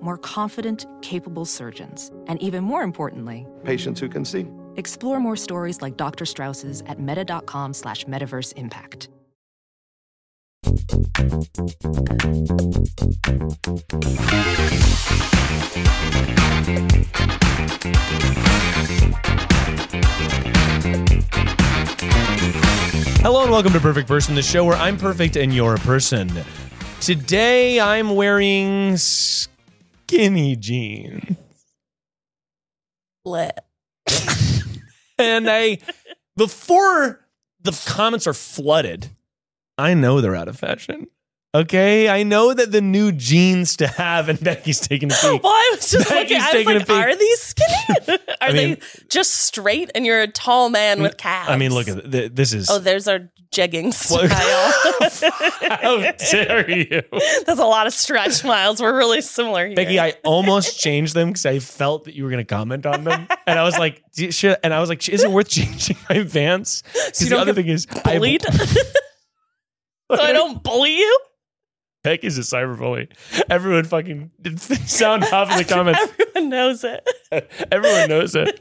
More confident, capable surgeons. And even more importantly, Patients who can see. explore more stories like Dr. Strauss's at meta.com slash metaverse impact. Hello and welcome to Perfect Person, the show where I'm perfect and you're a person. Today I'm wearing skinny jeans. and I before the comments are flooded, I know they're out of fashion. Okay, I know that the new jeans to have, and Becky's taking a peek. Oh, Well, I was just Maggie's looking. I was taking a like, peek. are these skinny? are I mean- they just straight? And you're a tall man with calves. I mean, look at th- this is Oh, there's our jegging What- style. how dare you. That's a lot of stretch miles. We're really similar here. Becky, I almost changed them because I felt that you were going to comment on them, and I was like, "Do you- should, and I was like, is it worth changing my pants? Because you the don't other get thing is, I- bullied. so I don't bully you. Becky's a cyberbully. Everyone fucking sound off in the comments. Everyone knows it. Everyone knows it.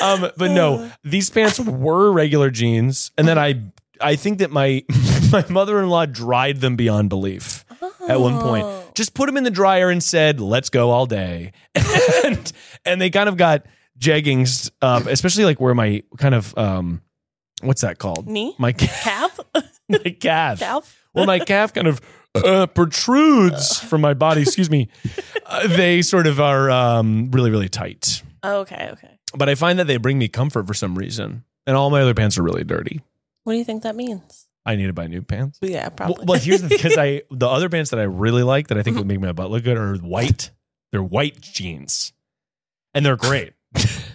Um, but Uh. no, these pants were regular jeans, and then I, I think that my my mother in law dried them beyond belief. at one Oh. point. Just put them in the dryer and said, "Let's go all day," and and they kind of got jeggings up, especially like where my kind of um, what's that called? Knee? My, ca- Calf? my calf. Calf? Well, my calf kind of uh, protrudes from my body. Excuse me. Uh, they sort of are um, really really tight, Oh, okay, okay. but I find that they bring me comfort for some reason. And all my other pants are really dirty. What do you think that means? I need to buy new pants. Yeah, Well, probably. well, here's the because I the other pants that I really like that I think would make my butt look good are white. They're white jeans, and they're great.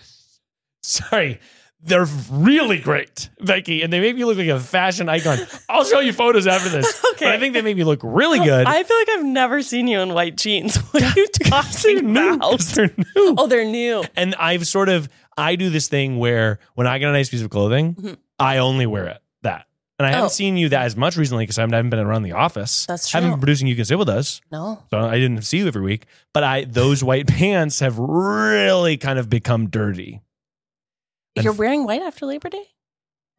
Sorry, they're really great, Becky, and they make me look like a fashion icon. I'll show you photos after this. Okay. but I think they make me look really good. I feel like I've never seen you in white jeans. What are you They're talking new, about? 'cause they're new. Oh, they're new. And I've sort of I do this thing where when I get a nice piece of clothing, Mhm. I only wear it that. And I haven't Oh. seen you that as much recently because I haven't been around the office. That's I haven't true. been producing You Can Sit With Us. No. So I didn't see you every week, but I those white pants have really kind of become dirty. And You're f- wearing white after Labor Day?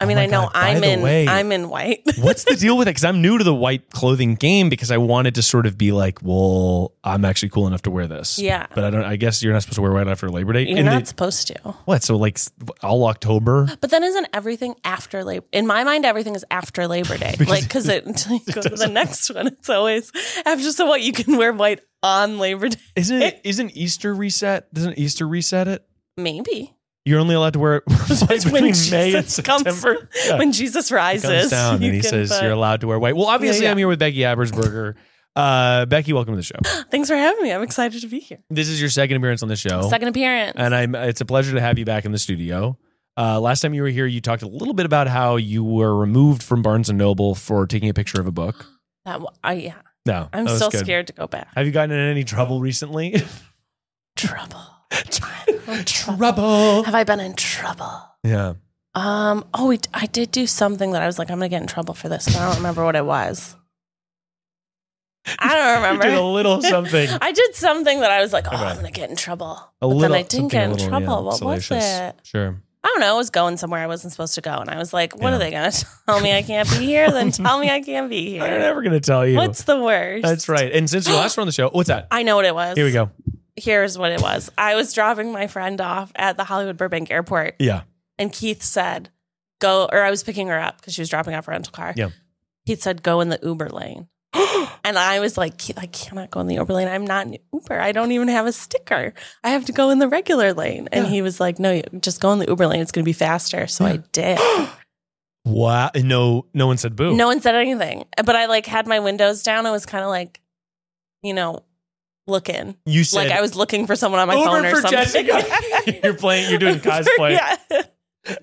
I Oh mean, my I know God, by I'm the in way- I'm in white. What's the deal with it? Because I'm new to the white clothing game because I wanted to sort of be like, well, I'm actually cool enough to wear this. Yeah. But I don't. I guess you're not supposed to wear white after Labor Day. You're And not the- supposed to. what? So like s- all October. But then isn't everything after Labor? In my mind, everything is after Labor Day. Because like, because it, until you go to the next one, it's always after. So what? You can wear white on Labor Day? Isn't it? Isn't Easter reset? Doesn't Easter reset it? Maybe. You're only allowed to wear it white between May and Jesus comes- September. Yeah. When Jesus He rises, comes down you and he can says put- you're allowed to wear white. Well, obviously, yeah. I'm here with Becky Abersberger. Uh, Becky, welcome to the show. Thanks for having me. I'm excited to be here. This is your second appearance on the show, Second appearance. Oh. and I'm. It's a pleasure to have you back in the studio. Uh, last time you were here, you talked a little bit about how you were removed from Barnes and Noble for taking a picture of a book. That w- I- yeah, No, I'm that was still good. scared to go back. Have you gotten in any trouble recently? Trouble. I'm trouble. trouble. Have I been in trouble? Yeah. Um. Oh, we, I did do something that I was like, I'm gonna get in trouble for this, but I don't remember what it was. I don't You did a remember. little something. I did something that I was like, oh, Okay. I'm gonna get in trouble. A but little. then I didn't something a get in little, trouble. yeah, what salacious. was it? Sure. I don't know. I was going somewhere I wasn't supposed to go, and I was like, what Yeah. are they gonna tell me I can't be here? Then tell me I can't be I'm here. never gonna tell you. What's the worst? That's right. And since you last were on the show, what's that? I know what it was. Here we go. Here's what it was. I was dropping my friend off at the Hollywood Burbank Airport, Yeah. And Keith said, go, or I was picking her up because she was dropping off her rental car. Yeah. Keith said, go in the Uber lane. and I was like, Keith, I cannot go in the Uber lane. I'm not an Uber. I don't even have a sticker. I have to go in the regular lane. And Yeah. he was like, no, you just go in the Uber lane. It's going to be faster. So I did. Wow. No. No one said boo. no one said anything. But I like had my windows down. I was kind of like, you know, looking. You said like I was looking for someone on my Uber phone or for something. Jessica. you're playing. You're doing cosplay yeah. yeah,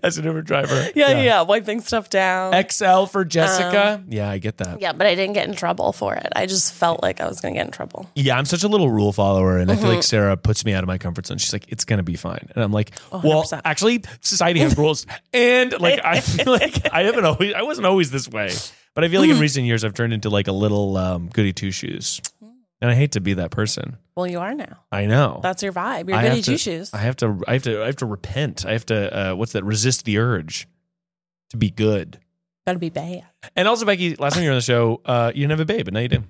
as an Uber driver. yeah, Um, yeah. Wiping stuff down. XL for Jessica. yeah, I get that. Yeah. yeah, but I didn't get in trouble for it. I just felt like I was going to get in trouble. I'm such a little rule follower, and I Mm-hmm. feel like Sarah puts me out of my comfort zone. She's like, "It's gonna be fine," and I'm like, "Well, Oh, 100%. actually, society has rules." And like, I feel like I haven't always, I wasn't always this way, but I feel Mm-hmm. like in recent years I've turned into like a little um, goody two shoes, and I hate to be that person. Well, you are now. I know. That's your vibe. You're I goody have to- two shoes. I have to. I have to. I have to repent. I have to. Uh, what's that? Resist the urge to be good. Gotta be bad. And also, Becky, last time you were on the show, uh, you didn't have a babe, but now you do.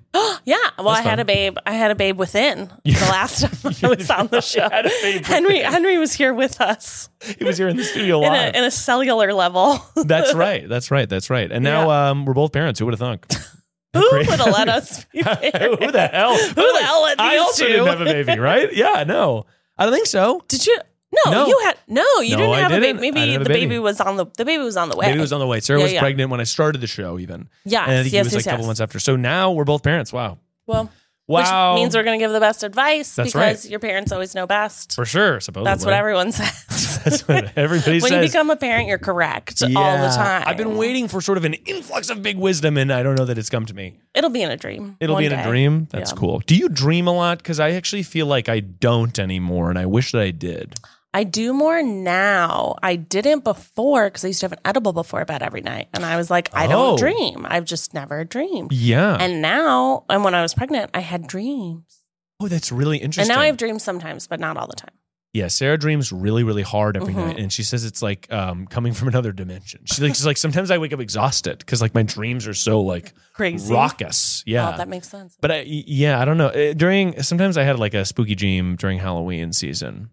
Yeah. Well, That's I had fun. a babe. I had a babe within Yeah. the last time I was on the show. had a babe Henry within. Henry was here with us He was here in the studio in a, live. in a cellular level. that's right. That's right. That's right. And now um, we're both parents. Who would have thunk? Who Great. would have let us be there? Who the hell? Who the hell let I these also two? didn't have a baby, right? Yeah, no, I don't think so. Did you? No, No. you had no. No, You didn't I have a didn't. baby. I didn't Maybe have the a baby. baby. was on the the baby was on the way. Baby was on the way. Sarah Yeah, was yeah. pregnant when I started the show, even. Yes, and I think it yes, was yes, like a couple yes. months after. So now we're both parents. Wow. well. Wow. Which means we're going to give the best advice That's because right. your parents always know best. for sure. Supposedly That's what everyone says. That's what everybody when says. you become a parent, you're correct all the Yeah. time. I've been waiting for sort of an influx of big wisdom, and I don't know that it's come to me. It'll be in a dream. It'll one be in day. a dream. That's Yeah. cool. Do you dream a lot? Because I actually feel like I don't anymore, and I wish that I did. I do more now. I didn't before because I used to have an edible before bed every night, and I was like, I Oh. don't dream. I've just never dreamed. Yeah. And now, and when I was pregnant, I had dreams, oh, that's really and interesting. now I have dreams sometimes, but not all the time. yeah, Sarah dreams really, really hard every Mhm. night, and she says it's like um, coming from another dimension. She's like, she's like sometimes I wake up exhausted because like my dreams are so like Crazy. raucous. Yeah. Oh, that makes sense. but I, yeah, I don't know. Uh, During sometimes I had like a spooky dream during Halloween season.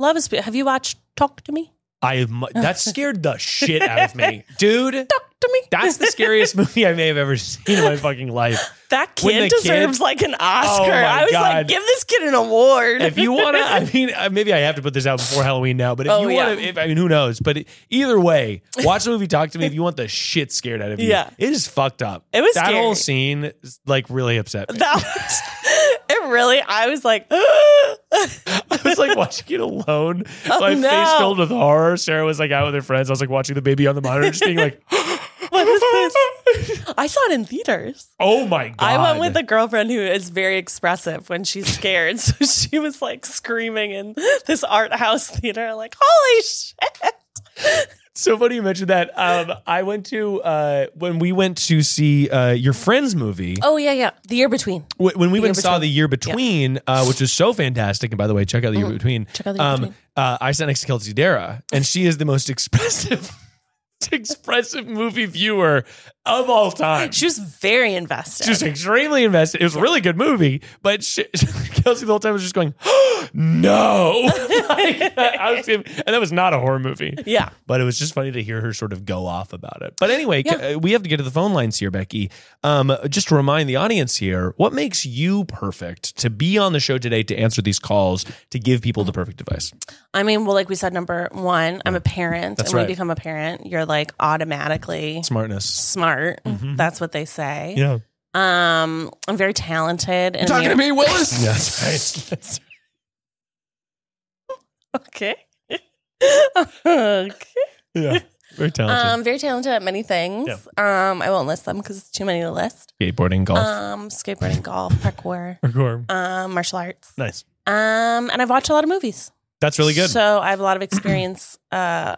Love is. Have you watched Talk to Me? I mu- that scared the shit out of me, dude. Talk to me. That's the scariest movie I may have ever seen in my fucking life. That When the kid deserves kid- Oh like an Oscar. my I was God. like, give this kid an award. If you want to, I mean, uh, maybe I have to put this out before Halloween now, but if Oh, you want to, yeah. if I mean, who knows? But it- either way, watch the movie, talk to me if you want the shit scared out of you. Yeah. It is fucked up. It was That scary. whole scene, is, like, really upset me. that was, it really. I was like, I was like watching it alone. Oh, my face no. filled with horror. Sarah was like out with her friends. I was like watching the baby on the monitor, just being like, what is this? I saw it in theaters. oh my God. I went with a girlfriend who is very expressive when she's scared. So she was like screaming in this art house theater, like, holy shit. so funny you mentioned that. Um, I went to, uh, when we went to see uh, your friend's movie. Oh, yeah, yeah. The year between. Wh- when we The went and Year saw Between. the year between, uh, which is so fantastic. And by the way, check out the year between. Uh-huh. Check out The Year Between. uh, I sat next to Kelsey Dara, and she is the most expressive, expressive movie viewer of all time. She was very invested. Just extremely invested. It was a really good movie, but she, Kelsey the whole time was just going, "No!" Like, I was- and that was not a horror movie. yeah. But it was just funny to hear her sort of go off about it. But anyway, Yeah. ca- uh, we have to get to the phone lines here, Becky. Um, just to remind the audience here, what makes you perfect to be on the show today to answer these calls to give people the perfect advice? I mean, well, like we said, number one, I'm a parent. That's and when right. you become a parent, you're like automatically Smartness. smart. That's what they say. Mm-hmm. Yeah. Um, I'm very talented. And Talking to me, Willis? That's right. Okay. okay. yeah. Very talented. Um, very talented at many things. Um, I won't list them because it's too many to list. Skateboarding, golf, Um, skateboarding, golf, parkour, parkour. um, martial arts. nice. Um, and I've watched a lot of movies. That's really good. So I have a lot of experience uh,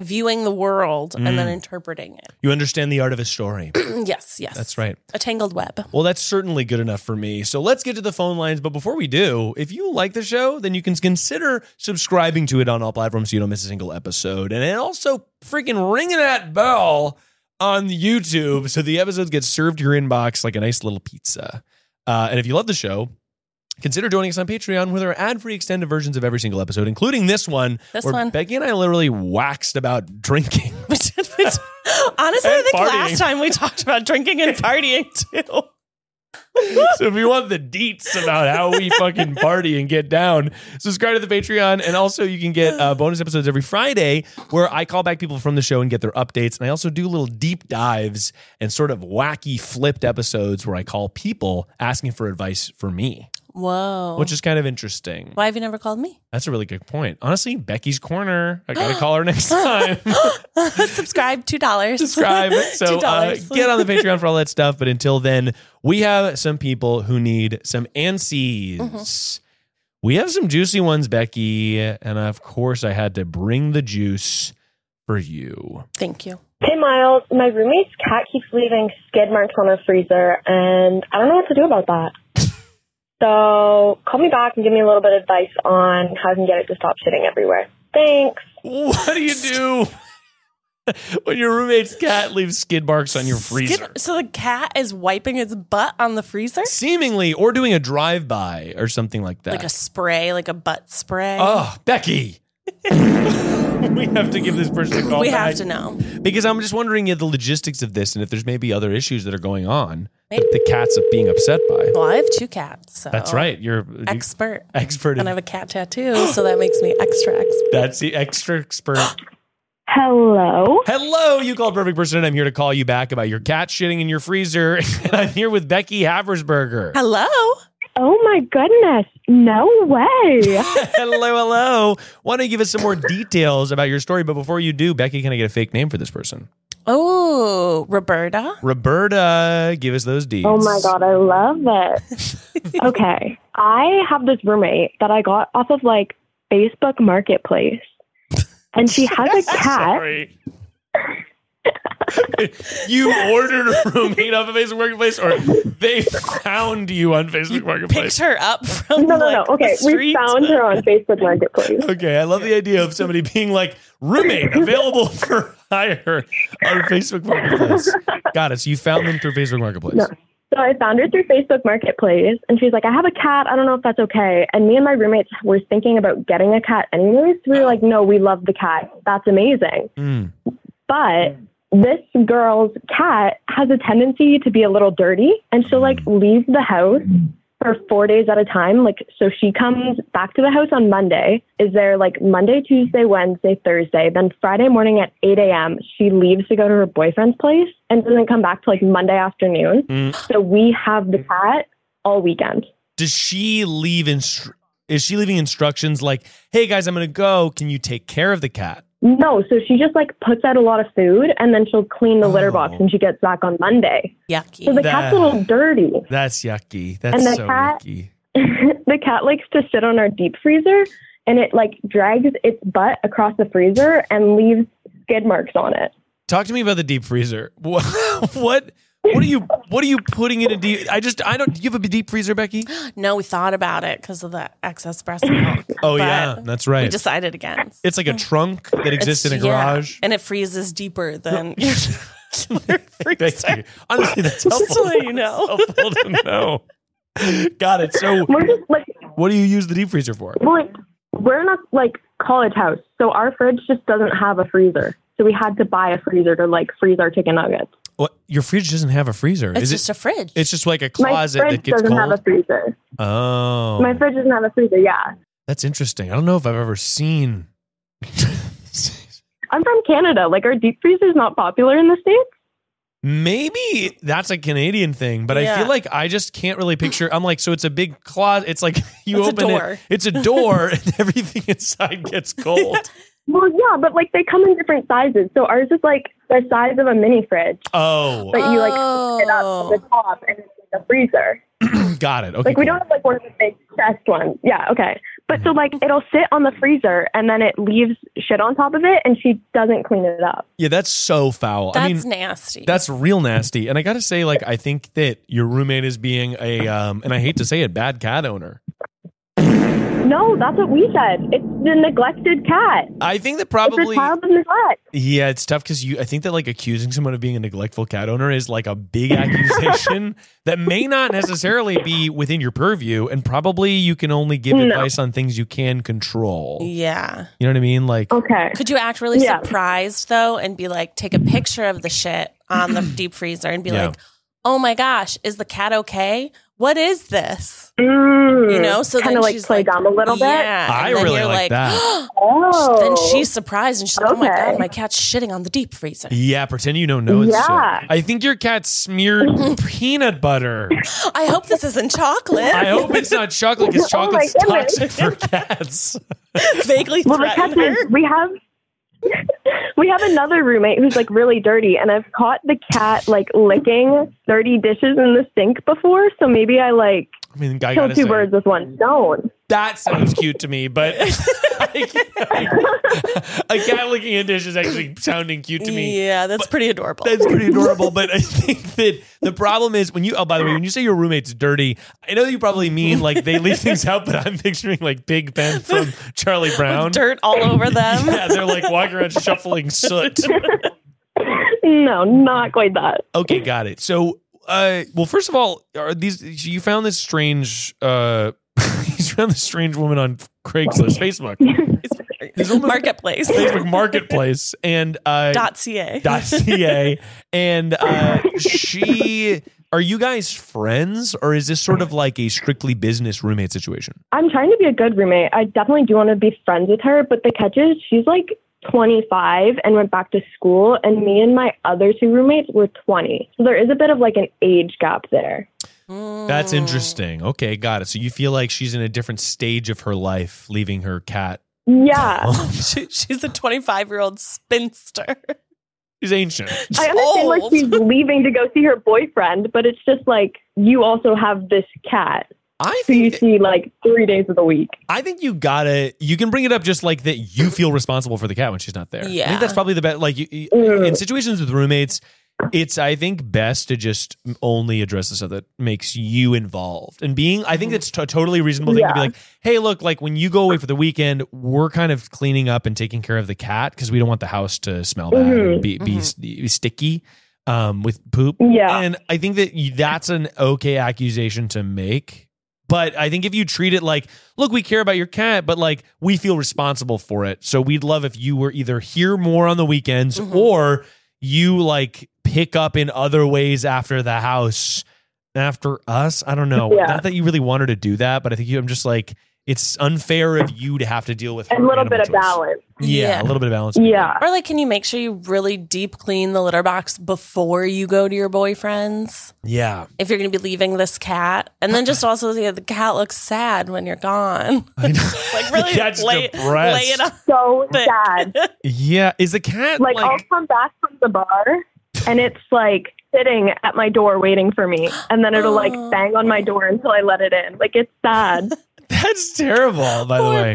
viewing the world Mm. and then interpreting it. Mm, you understand the art of a story. yes, yes. That's right. A tangled web. Well, that's certainly good enough for me. So let's get to the phone lines. But before we do, if you like the show, then you can consider subscribing to it on all platforms so you don't miss a single episode. And then also freaking ringing that bell on YouTube so the episodes get served to your inbox like a nice little pizza. Uh, and if you love the show, consider joining us on Patreon where there are ad-free extended versions of every single episode, including this one This where one. Becky and I literally waxed about drinking. Which, which, honestly, I And think partying. last time we talked about drinking and partying too. so if you want the deets about how we fucking party and get down, subscribe to the Patreon, and also you can get uh, bonus episodes every Friday where I call back people from the show and get their updates, and I also do little deep dives and sort of wacky flipped episodes where I call people asking for advice for me. Whoa. which is kind of interesting. Oh. Why have you never called me? That's a really good point. Honestly, Becky's corner. I gotta call her next time. Subscribe two dollars. Subscribe. So uh, get on the Patreon for all that stuff. But until then, we have some people who need some ANSIs. Mm-hmm. We have some juicy ones, Becky, and of course, I had to bring the juice for you. Thank you. Hey Miles, my roommate's cat keeps leaving skid marks on her freezer, and I don't know what to do about that. So call me back and give me a little bit of advice on how I can get it to stop shitting everywhere. Thanks. What do you do when your roommate's cat leaves skid marks on your freezer? Skid- so the cat is wiping its butt on the freezer, Seemingly, or doing a drive-by or something like that. like a spray, like a butt spray. Oh, Becky. we have to give this person a call. we back. have to know. Because I'm just wondering uh, the logistics of this and if there's maybe other issues that are going on that the cat's being upset by. Well, I have two cats. So That's right. You're you- Expert. expert. In, And I have a cat tattoo, so that makes me extra expert. that's the extra expert. Hello. Hello, you called perfect person, and I'm here to call you back about your cat shitting in your freezer. and I'm here with Becky Haversberger. Hello. Oh my goodness. No way. hello, hello. Why don't you give us some more details about your story? But before you do, Becky, can I get a fake name for this person? Oh, Roberta. Roberta, give us those deeds. Oh my god, I love it. okay. I have this roommate that I got off of like Facebook Marketplace. And she has a cat. Sorry. you ordered a roommate off of Facebook Marketplace, or they found you on Facebook Picked Marketplace. her up from No, no, like, no. the Okay, we street. found her on Facebook Marketplace. Okay, I love the idea of somebody being like roommate available for hire on Facebook Marketplace. Got it. So you found them through Facebook Marketplace. No. So I found her through Facebook Marketplace, and she's like, "I have a cat. I don't know if that's okay." And me and my roommates were thinking about getting a cat, anyways. We were like, "No, we love the cat. That's amazing." Hmm. But this girl's cat has a tendency to be a little dirty, and she'll like leave the house for four days at a time. Like, so she comes back to the house on Monday. Is there like Monday, Tuesday, Wednesday, Thursday? Then Friday morning at 8 a.m., she leaves to go to her boyfriend's place and doesn't come back till like Monday afternoon. Mm. So we have the cat all weekend. Does she leave instru- is she leaving instructions like, "Hey guys, I'm going to go. Can you take care of the cat?" No, so she just like puts out a lot of food and then she'll clean the litter box Oh. when she gets back on Monday. So Yucky. the That- cat's a little dirty. That's yucky. That's the so cat- yucky. the cat likes to sit on our deep freezer and it like drags its butt across the freezer and leaves skid marks on it. Talk to me about the deep freezer. What? What, what are you? What are you putting in a deep? I just. I don't. Do you have a deep freezer, Becky? No, we thought about it because of the excess breast milk. Oh but yeah, that's right. We decided against. it's like a trunk that exists in a It's- yeah, garage. and it freezes deeper than your regular Thank you. freezer. Honestly, that's helpful. Just to let you know. That's helpful to know. Got it. So, We're just like what do you use the deep freezer for? well, like we're in a like college house, so our fridge just doesn't have a freezer. So we had to buy a freezer to like freeze our chicken nuggets. What? Your fridge doesn't have a freezer. It's Is just it? a fridge. it's just like a My closet fridge that gets doesn't cold. have a freezer. oh, My fridge doesn't have a freezer. Yeah, that's interesting. I don't know if I've ever seen. I'm from Canada. Like our deep freezer's not popular in the states. Maybe that's a Canadian thing, but I Yeah. feel like I just can't really picture. I'm like, so it's a big closet. It's like you It's a open it, door. it's a door, and everything inside gets cold. Well, yeah, but like they come in different sizes. So ours is like the size of a mini fridge, Oh, but you like lift it up to the top, and it's like a freezer. got it. Okay, Like we cool. don't have like one of the big chest ones. Yeah, okay. But so like it'll sit on the freezer and then it leaves shit on top of it and she doesn't clean it up. Yeah, that's so foul. That's I mean, nasty. that's real nasty. And I gotta say, like, I think that your roommate is being a, um, and I hate to say it, bad cat owner. No, that's what we said. It's the neglected cat. I think that It's a probably, child of neglect. yeah, it's tough because you. I think that like accusing someone of being a neglectful cat owner is like a big accusation that may not necessarily be within your purview, and probably you can only give No. advice on things you can control. You yeah. know what I mean? Like, Okay. Could you act really Yeah. surprised though and be like, take a picture of the shit on the deep freezer and be Yeah. like, oh my gosh, is the cat okay? what is this? Mm, You know, so kind then of like she's play like, dumb a little bit. Yeah. I And then really you're like that. Oh, Then she's surprised and she's like, oh my Okay. God, my cat's shitting on the deep freezer. Yeah, pretend you don't know it's Yeah. shit. I think your cat smeared peanut butter. I hope this isn't chocolate. I hope it's not chocolate because Oh my chocolate's goodness. toxic for cats. Vaguely well. The catch threatened her. is we have we have another roommate who's like really dirty, and I've caught the cat like licking dirty dishes in the sink before. So maybe I like I mean, I kill gotta two say, birds with one stone. that sounds cute to me, but I can't- a cat licking a dish is actually sounding cute to me. Yeah, that's pretty adorable. That's pretty adorable, but I think that the problem is when you. Oh, by the way, when you say your roommate's dirty, I know you probably mean like they leave things out, but I'm picturing like Big Ben from Charlie Brown. Dirt all over them. Yeah, they're like walking around shuffling soot. No, not quite that. Okay, got it. So, uh, well, first of all, are these you found this strange? Uh, you found this strange woman on Craigslist, Facebook, Marketplace. Facebook Marketplace, and uh, Dot ca. dot ca, and uh, she. Are you guys friends, or is this sort of like a strictly business roommate situation? I'm trying to be a good roommate. I definitely do want to be friends with her, but the catch is she's like 25 and went back to school, and me and my other two roommates were 20. So there is a bit of like an age gap there. That's interesting. Okay, got it. So you feel like she's in a different stage of her life, leaving her cat. Uh, Yeah. She, she's a 25 year old spinster. She's ancient. I understand like Old. she's leaving to go see her boyfriend, but it's just like you also have this cat I who you think see like three days of the week. I think you gotta. You can bring it up just like that. You feel responsible for the cat when she's not there. I Yeah. think that's probably the best. Like you, you- Mm. in situations with roommates, it's I think best to just only address the stuff that makes you involved. And being, I think it's a totally reasonable thing to be Yeah. like, hey, look, like when you go away for the weekend, we're kind of cleaning up and taking care of the cat because we don't want the house to smell bad and Mhm. be, be, be sticky um, with poop. Yeah. And I think that you- that's an okay accusation to make. But I think if you treat it like, look, we care about your cat, but like we feel responsible for it. So we'd love if you were either here more on the weekends Mm-hmm. Mhm. or you like pick up in other ways after the house, after us. I don't know. Yeah. Not that you really want her to do that, but I think you, I'm just like, it's unfair of you to have to deal with And her a little animal bit of choice. balance. Yeah, Yeah. a little bit of balance. Yeah. Or like, can you make sure you really deep clean the litter box before you go to your boyfriend's? Yeah. If you're going to be leaving this cat, and then just also the, the cat looks sad when you're gone. I know. Like really Cat's lay, depressed. lay it on So thick. sad. Yeah. Is the cat Like, I'll come back from the bar and it's like sitting at my door waiting for me. And then it'll like Oh. bang on my door until I let it in. Like it's sad. That's terrible, by the Poor way.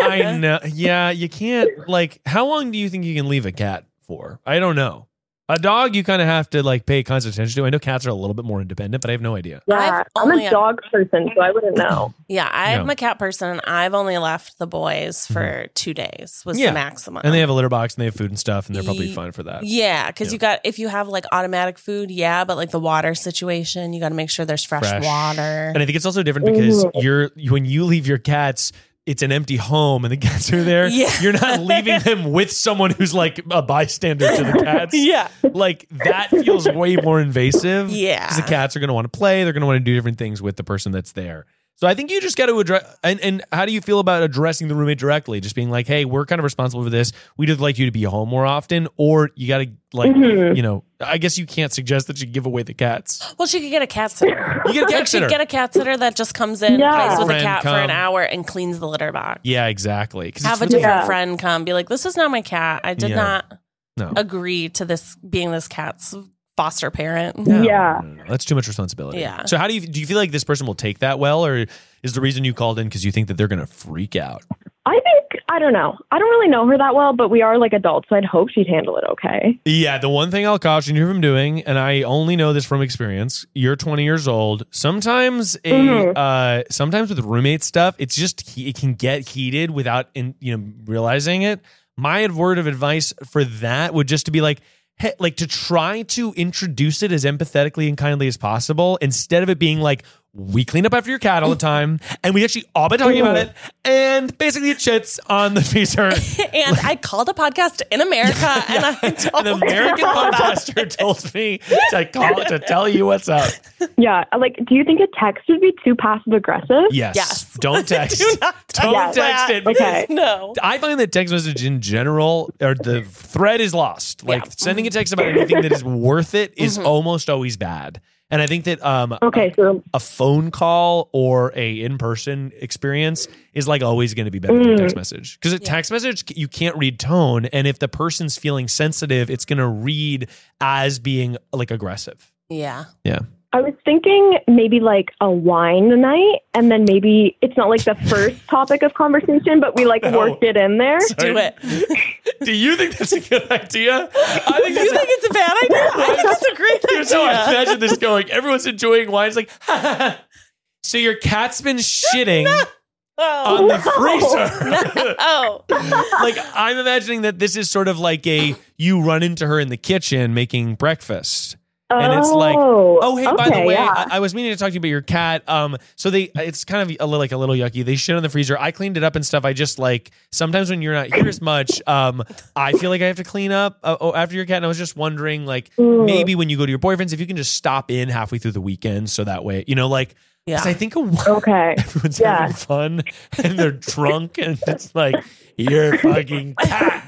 I know. Yeah, you can't. Like, how long do you think you can leave a cat for? I don't know. A dog, you kind of have to like pay constant attention to. I know cats are a little bit more independent, but I have no idea. Yeah. I've I'm only- a dog person, so I wouldn't know. Yeah, I'm No. Mm-hmm. a cat person. I've only left the boys for two days was Yeah. the maximum. And they have a litter box and they have food and stuff, and they're probably Ye- fine for that. yeah, because Yeah. you got if you have like automatic food, yeah, but like the water situation, you got to make sure there's fresh, Fresh. water. And I think it's also different because you're when you leave your cats, it's an empty home, and the cats are there. Yeah. You're not leaving them with someone who's like a bystander to the cats. yeah, like that feels way more invasive. Yeah. 'Cause the cats are going to want to play. They're going to want to do different things with the person that's there. So I think you just got to address. And, and how do you feel about addressing the roommate directly? Just being like, hey, we're kind of responsible for this. We'd just like you to be home more often, or you got to like, Mhm. you know, I guess you can't suggest that you give away the cats. well, she could get a cat sitter. You get a Like, cat she sitter. could get a cat sitter that just comes in, Yeah. plays with a Friend cat for come. an hour, and cleans the litter box. yeah, exactly. 'Cause Have a it's really- different Yeah. friend come, be like, "This is not my cat. I did Yeah. not No. agree to this being this cat's foster parent." No, Yeah. no, no, no. that's too much responsibility. Yeah. So how do you do? You feel like this person will take that well, or is the reason you called in because you think that they're going to freak out? I think, I don't know. I don't really know her that well, but we are like adults, so I'd hope she'd handle it okay. Yeah, the one thing I'll caution you from doing, and I only know this from experience. You're 20 years old. Sometimes, a Mhm. uh, sometimes with roommate stuff, it's just he- it can get heated without in, you know realizing it. My word of advice for that would just to be like, he, like to try to introduce it as empathetically and kindly as possible, instead of it being like, we clean up after your cat all the time, and we actually all been talking about it. And basically, it shits on the feature. And I called a podcast in America and I told An American podcaster told me to call to tell you what's up. Yeah, like, do you think a text would be too passive aggressive? Yes. Yes. Don't text. Do not Don't Yes. text it. Okay. No. I find that text message in general, or the thread is lost. Like sending a text about anything that is worth it is almost always bad. And I think that um, Okay, so a phone call or a in-person experience is like always going to be better than a text message because a text message c- you can't read tone and if the person's feeling sensitive it's going to read as being like aggressive Yeah. yeah I was thinking maybe like a wine night, and then maybe it's not like the first topic of conversation, but we like Oh. worked it in there. Do it. do you think that's a good idea i think You that's think it's a bad idea? I think it's a great a- so i idea. imagine this going everyone's enjoying wine it's like so your cat's been shitting Oh. on the freezer Oh. like I'm imagining that this is sort of like a you run into her in the kitchen making breakfast. And it's like, Oh, oh hey, by the okay, way, yeah. I, I was meaning to talk to you about your cat. Um, so they, it's kind of a, little- like a little yucky. They shit on the freezer. I cleaned it up and stuff. I just like sometimes when you're not here as much, um, I feel like I have to clean up uh, oh, after your cat. And I was just wondering, like, maybe when you go to your boyfriend's, if you can just stop in halfway through the weekend, so that way, you know, like, 'cause I Yeah. think a while Okay. everyone's Yeah. having fun and they're drunk and it's like you're fucking cat.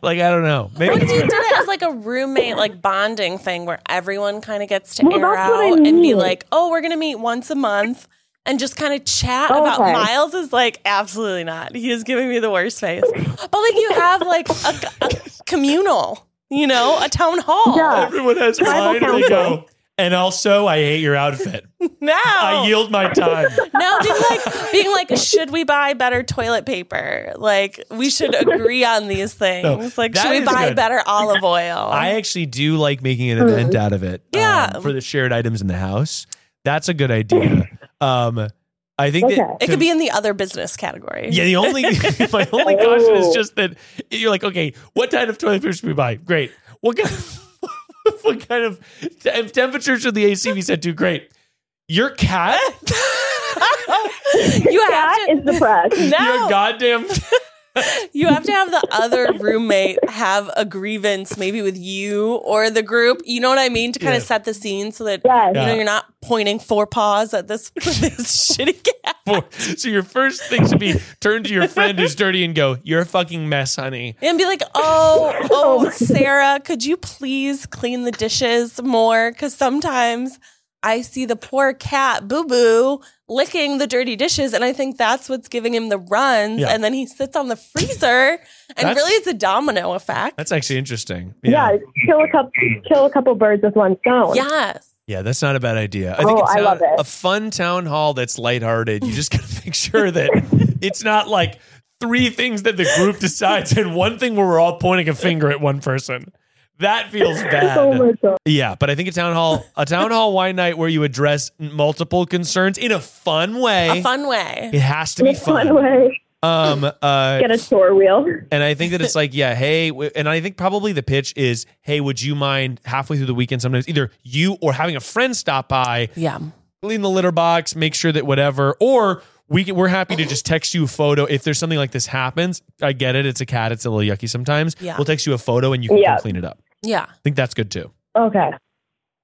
like I don't know maybe What if it's you good. did it as like a roommate, like bonding thing where everyone kind of gets to Well, air that's what I out and be mean. like, oh, we're going to meet once a month and just kind of chat Oh, about okay. Miles is like, absolutely not. He is giving me the worst face. But like you have like a, a communal, you know, a town hall. Yeah. everyone has wine and they go and also I hate your outfit Now, I yield my time now being like, being like, should we buy better toilet paper? Like, we should agree on these things. like, that should we is buy good. better olive oil? I actually do like making an event out of it um, Mm-hmm. Yeah. for the shared items in the house that's a good idea um I think that it could be in the other business category. Yeah, the only my only caution is just that you're like, okay, what kind of toilet paper should we buy? Great. What kind? Of, what kind of te- temperature should the AC be set to? Great. Your cat? you have That to is depressed. Your no. goddamn. you have to have the other roommate have a grievance, maybe with you or the group. You know what I mean? To kind of Yeah. set the scene so that Yes. you know Yeah. you're not pointing four paws at this this shitty cat. So your first thing should be turn to your friend who's dirty and go, "You're a fucking mess, honey." And be like, oh, oh, Sarah, could you please clean the dishes more? Because sometimes I see the poor cat, Boo Boo, licking the dirty dishes, and I think that's what's giving him the runs. Yeah. And then he sits on the freezer, and That's- really, it's a domino effect. That's actually interesting. Yeah, kill a couple, kill a couple birds with one stone. Yes. Yeah, that's not a bad idea. I Oh, it's I town- love it. a fun town hall that's lighthearted. You just got to make sure that it's not like three things that the group decides and one thing where we're all pointing a finger at one person. That feels Oh my bad. god. Yeah, but I think a town hall, a town hall wine night where you address multiple concerns in a fun way. A fun way. it has to be One fun. way. Um, uh, Get a tour wheel. and I think that it's like, yeah, hey, w- and I think probably the pitch is, hey, would you mind halfway through the weekend sometimes either you or having a friend stop by Yeah. clean the litter box, make sure that whatever, or we can, we're happy to just text you a photo if there's something like this happens. I get it; it's a cat; it's a little yucky sometimes. Yeah. We'll text you a photo and you can Yeah. come clean it up. I Yeah. think that's good too. Okay.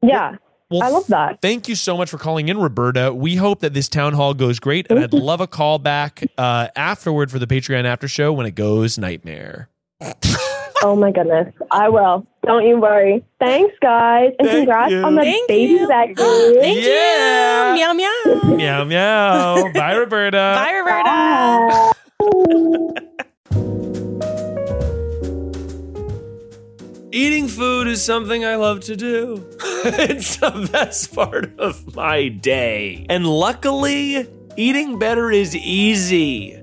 Yeah, Well, I love that. Thank you so much for calling in, Roberta. We hope that this town hall goes great, and I'd love a call back uh, afterward for the Patreon after show when it goes nightmare. Oh my goodness. I will. Don't you worry. Thanks, guys, and Thank congrats you. on the Thank baby you. vaccine. Thank Yeah. you. Meow, meow. meow meow. Bye, Roberta. Bye, Roberta. Eating food is something I love to do. it's the best part of my day. And luckily, eating better is easy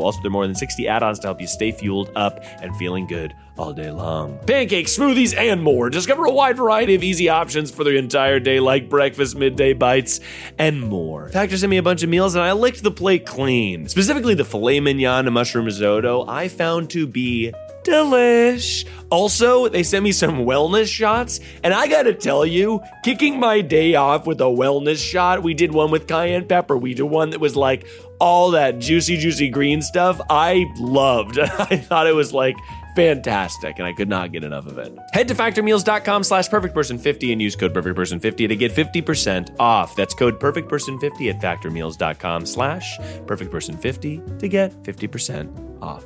Also, there are more than 60 add ons to help you stay fueled up and feeling good all day long. Pancakes, smoothies, and more. Discover a wide variety of easy options for the entire day, like breakfast, midday bites, and more. Factor sent me a bunch of meals, and I licked the plate clean. Specifically, the filet mignon and mushroom risotto I found to be delish. Also, they sent me some wellness shots, and I gotta tell you, kicking my day off with a wellness shot, we did one with cayenne pepper, we did one that was like all that juicy, juicy green stuff, I loved. I thought it was like fantastic and I could not get enough of it. Head to factormeals.com slash perfectperson50 and use code perfectperson50 to get 50% off. That's code perfectperson50 at factormeals.com slash perfectperson50 to get 50% off.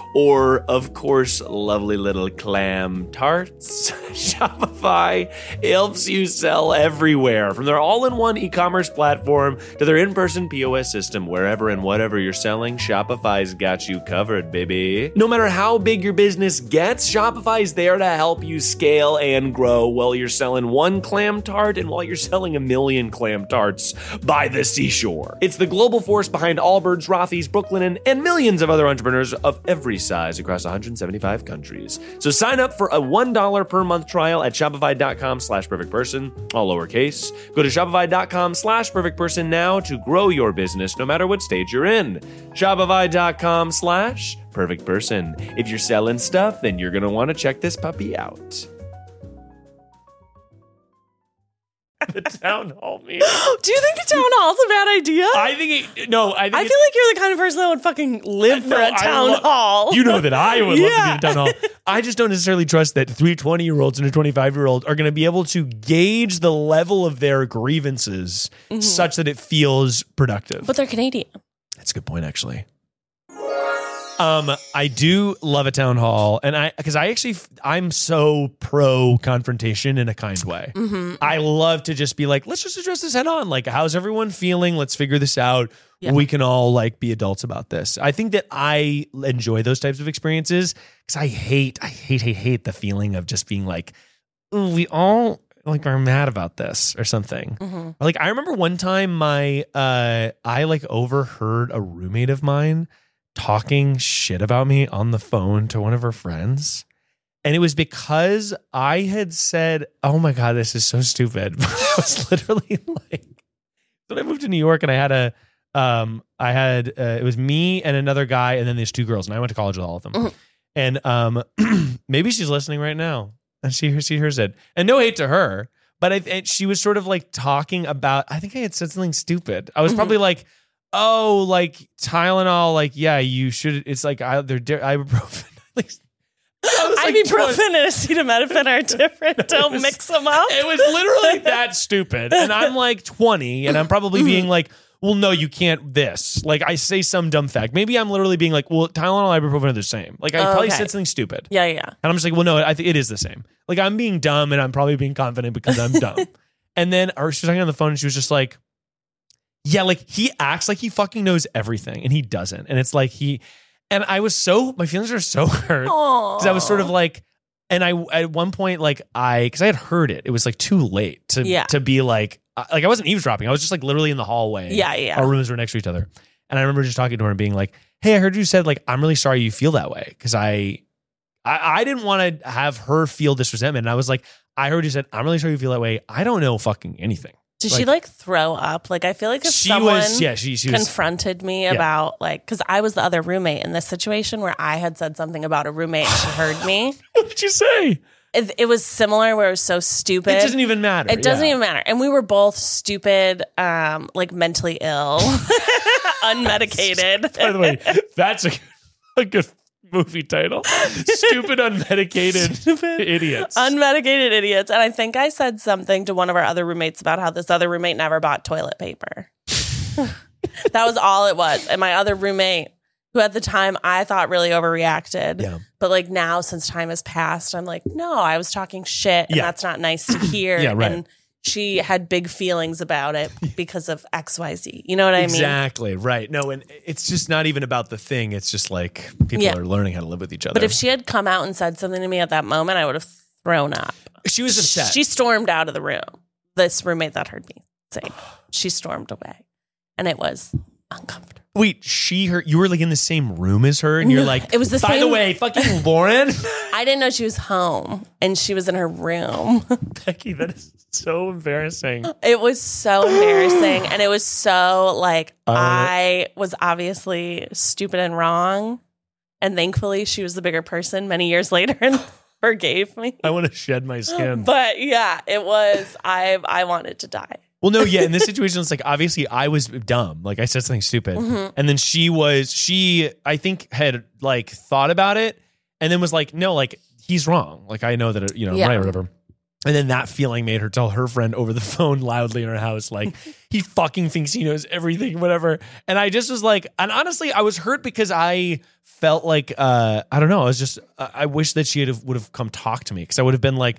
or, of course, lovely little clam tarts. Shopify helps you sell everywhere, from their all in one e commerce platform to their in person POS system. Wherever and whatever you're selling, Shopify's got you covered, baby. No matter how big your business gets, Shopify's there to help you scale and grow while you're selling one clam tart and while you're selling a million clam tarts by the seashore. It's the global force behind Allbirds, Rothy's, Brooklyn, and, and millions of other entrepreneurs of every size across 175 countries. So sign up for a $1 per month trial at Shopify.com slash perfect person, all lowercase. Go to Shopify.com slash perfect person now to grow your business no matter what stage you're in. Shopify.com slash perfect person. If you're selling stuff, then you're going to want to check this puppy out. the town hall meeting. Do you think the town hall's a bad idea? I think it, no, I think I it- feel like you're the kind of person that would fucking live for No, a I town lo- hall. You know that I would Yeah. love to do a town hall. I just don't necessarily trust that three 20 year olds and a 25 year old are going to be able to gauge the level of their grievances such that it feels productive. Mm-hmm. but they're Canadian. That's a good point, actually. Um, I do love a town hall, and I because I actually f- I'm so pro confrontation in a kind way. I love to just be like, let's just address this head on. Like, how's everyone feeling? Let's figure this out. Yeah. We can all like be adults about this. I think that I enjoy those types of experiences because I hate, I hate, hate, hate the feeling of just being like, "Ooh, we all like are mad about this or something. Like I remember one time my uh I like overheard a roommate of mine talking shit about me on the phone to one of her friends. And it was because I had said, "Oh my god, this is so stupid." I was literally like when I moved to New York and I had a um I had uh, it was me and another guy and then these two girls and I went to college with all of them. Mhm. And um maybe she's listening right now. And she she hears it. And no hate to her, but I and she was sort of like talking about I think I had said something stupid. I was Mhm. probably like Oh, like Tylenol, like yeah, you should. It's like I, they're di- ibuprofen. like, I was like, Ibuprofen and acetaminophen are different. Don't was- mix them up. it was literally that stupid. And I'm like 20, and I'm Mm-hmm. probably being like, well, no, you can't this. Like, I say some dumb fact. Maybe I'm literally being like, well, Tylenol and ibuprofen are the same. Like, I Oh, probably okay. said something stupid. yeah, yeah. And I'm just like, well, no, I think it is the same. Like, I'm being dumb, and I'm probably being confident because I'm dumb. and then or she was talking on the phone, and she was just like, yeah, like he acts like he fucking knows everything, and he doesn't. And it's like he, and I was so, my feelings are so hurt because I was sort of like, and I at one point like I because I had heard it. It was like too late to Yeah. to be like I- like I wasn't eavesdropping. I was just like literally in the hallway. Yeah, yeah. Our rooms were next to each other, and I remember just talking to her and being like, "Hey, I heard you said like I'm really sorry you feel that way because I." I, I didn't want to have her feel this resentment. And I was like, I heard you said, I'm really sure you feel that way. I don't know fucking anything. Did she like throw up? Like I feel like if She someone was, yeah, she, she was. confronted me about like because I was the other roommate in this situation where I had said something about a roommate and she heard me. what did you say? It, it was similar where it was so stupid. it doesn't even matter. It doesn't yeah. even matter. And we were both stupid, um, like mentally ill, unmedicated. By the way, that's a, a good movie title. Stupid unmedicated idiots. Unmedicated idiots. And I think I said something to one of our other roommates about how this other roommate never bought toilet paper. that was all it was. And my other roommate, who at the time I thought really overreacted, Yeah. but like now since time has passed, I'm like, no, I was talking shit and Yeah. that's not nice to hear. Yeah, right. And she had big feelings about it because of XYZ. You know what I mean? exactly right. No, and it's just not even about the thing. It's just like people Yeah. are learning how to live with each other. But if she had come out and said something to me at that moment, I would have thrown up. she was upset, She stormed out of the room. This roommate that heard me say, it. she stormed away, and it was uncomfortable. wait, she her you were like in the same room as her, and you're like, it was the By the same- way, fucking Lauren, I didn't know she was home, and she was in her room. Becky, that is so embarrassing. It was so embarrassing, and it was so like I was obviously stupid and wrong, and thankfully she was the bigger person many years later and forgave me. I want to shed my skin. But yeah, it was I I wanted to die. Well, no, yeah. In this situation, it's like obviously I was dumb. Like I said something stupid, and then she was she. I think had like thought about it, and then was like, no, like he's wrong. Like I know that you know I'm Yeah. right or whatever. And then that feeling made her tell her friend over the phone loudly in her house, like he fucking thinks he knows everything, whatever. And I just was like, and honestly, I was hurt because I felt like uh, I don't know. I was just I I wish that she had would have come talk to me because I would have been like,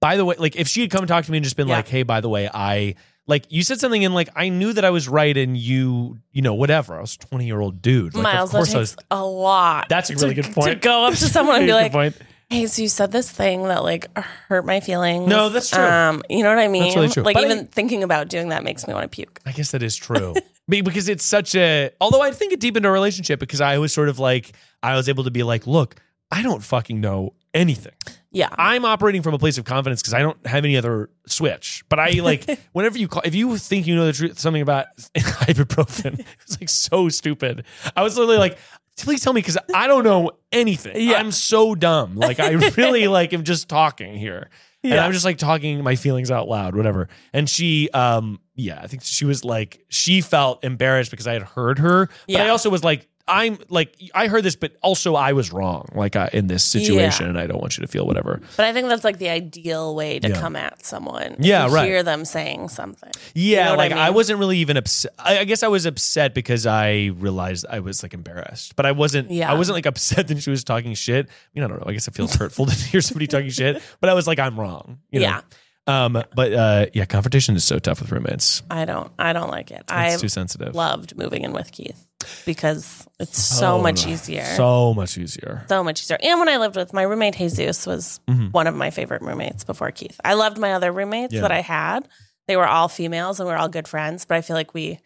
by the way, like if she had come talk to me and just been Yeah. like, hey, by the way, I like you said something and like I knew that I was right and you, you know, whatever. I was a twenty year old dude. Like, Miles, of that course takes I was. a lot. That's a really to- good point. To go up to someone and be Good like, point. "Hey, so you said this thing that like hurt my feelings." Um, No, that's true. you know what I mean? really true. Like But I- even thinking about doing that makes me want to puke. I guess that is true. Be- because it's such a although I think it deepened our relationship because I was sort of like I was able to be like, look, I don't fucking know anything. Yeah, I'm operating from a place of confidence because I don't have any other switch. But I like whenever you call if you think you know the truth something about ibuprofen, it's like so stupid. I was literally like Please tell me because I don't know anything. I'm so dumb. Like I really like am just talking here, and I'm just like talking my feelings out loud, whatever. And she, um, yeah, I think she was like she felt embarrassed because I had heard her, but I Yeah. also was like, I'm like I heard this, but also I was wrong, like I, in this situation, and I don't want you to feel whatever. but I think that's like the ideal way to Yeah. come at someone. Yeah, You right. Hear them saying something. Yeah, know what like I, I mean? wasn't really even upset. I, I guess I was upset because I realized I was like embarrassed, but I wasn't. Yeah. I wasn't like upset that she was talking shit. I mean, I don't know. I guess it feels hurtful to hear somebody talking shit, but I was like, I'm wrong. You know? Yeah. Um. But uh, yeah, confrontation is so tough with roommates. I don't. I don't like it. It's I too sensitive. loved moving in with Keith because it's so Oh, much no. easier. So much easier. so much easier. And when I lived with my roommate Jesus was one of my favorite roommates before Keith. I loved my other roommates Mm-hmm. Yeah. that I had. They were all females and we were all good friends, but I feel like we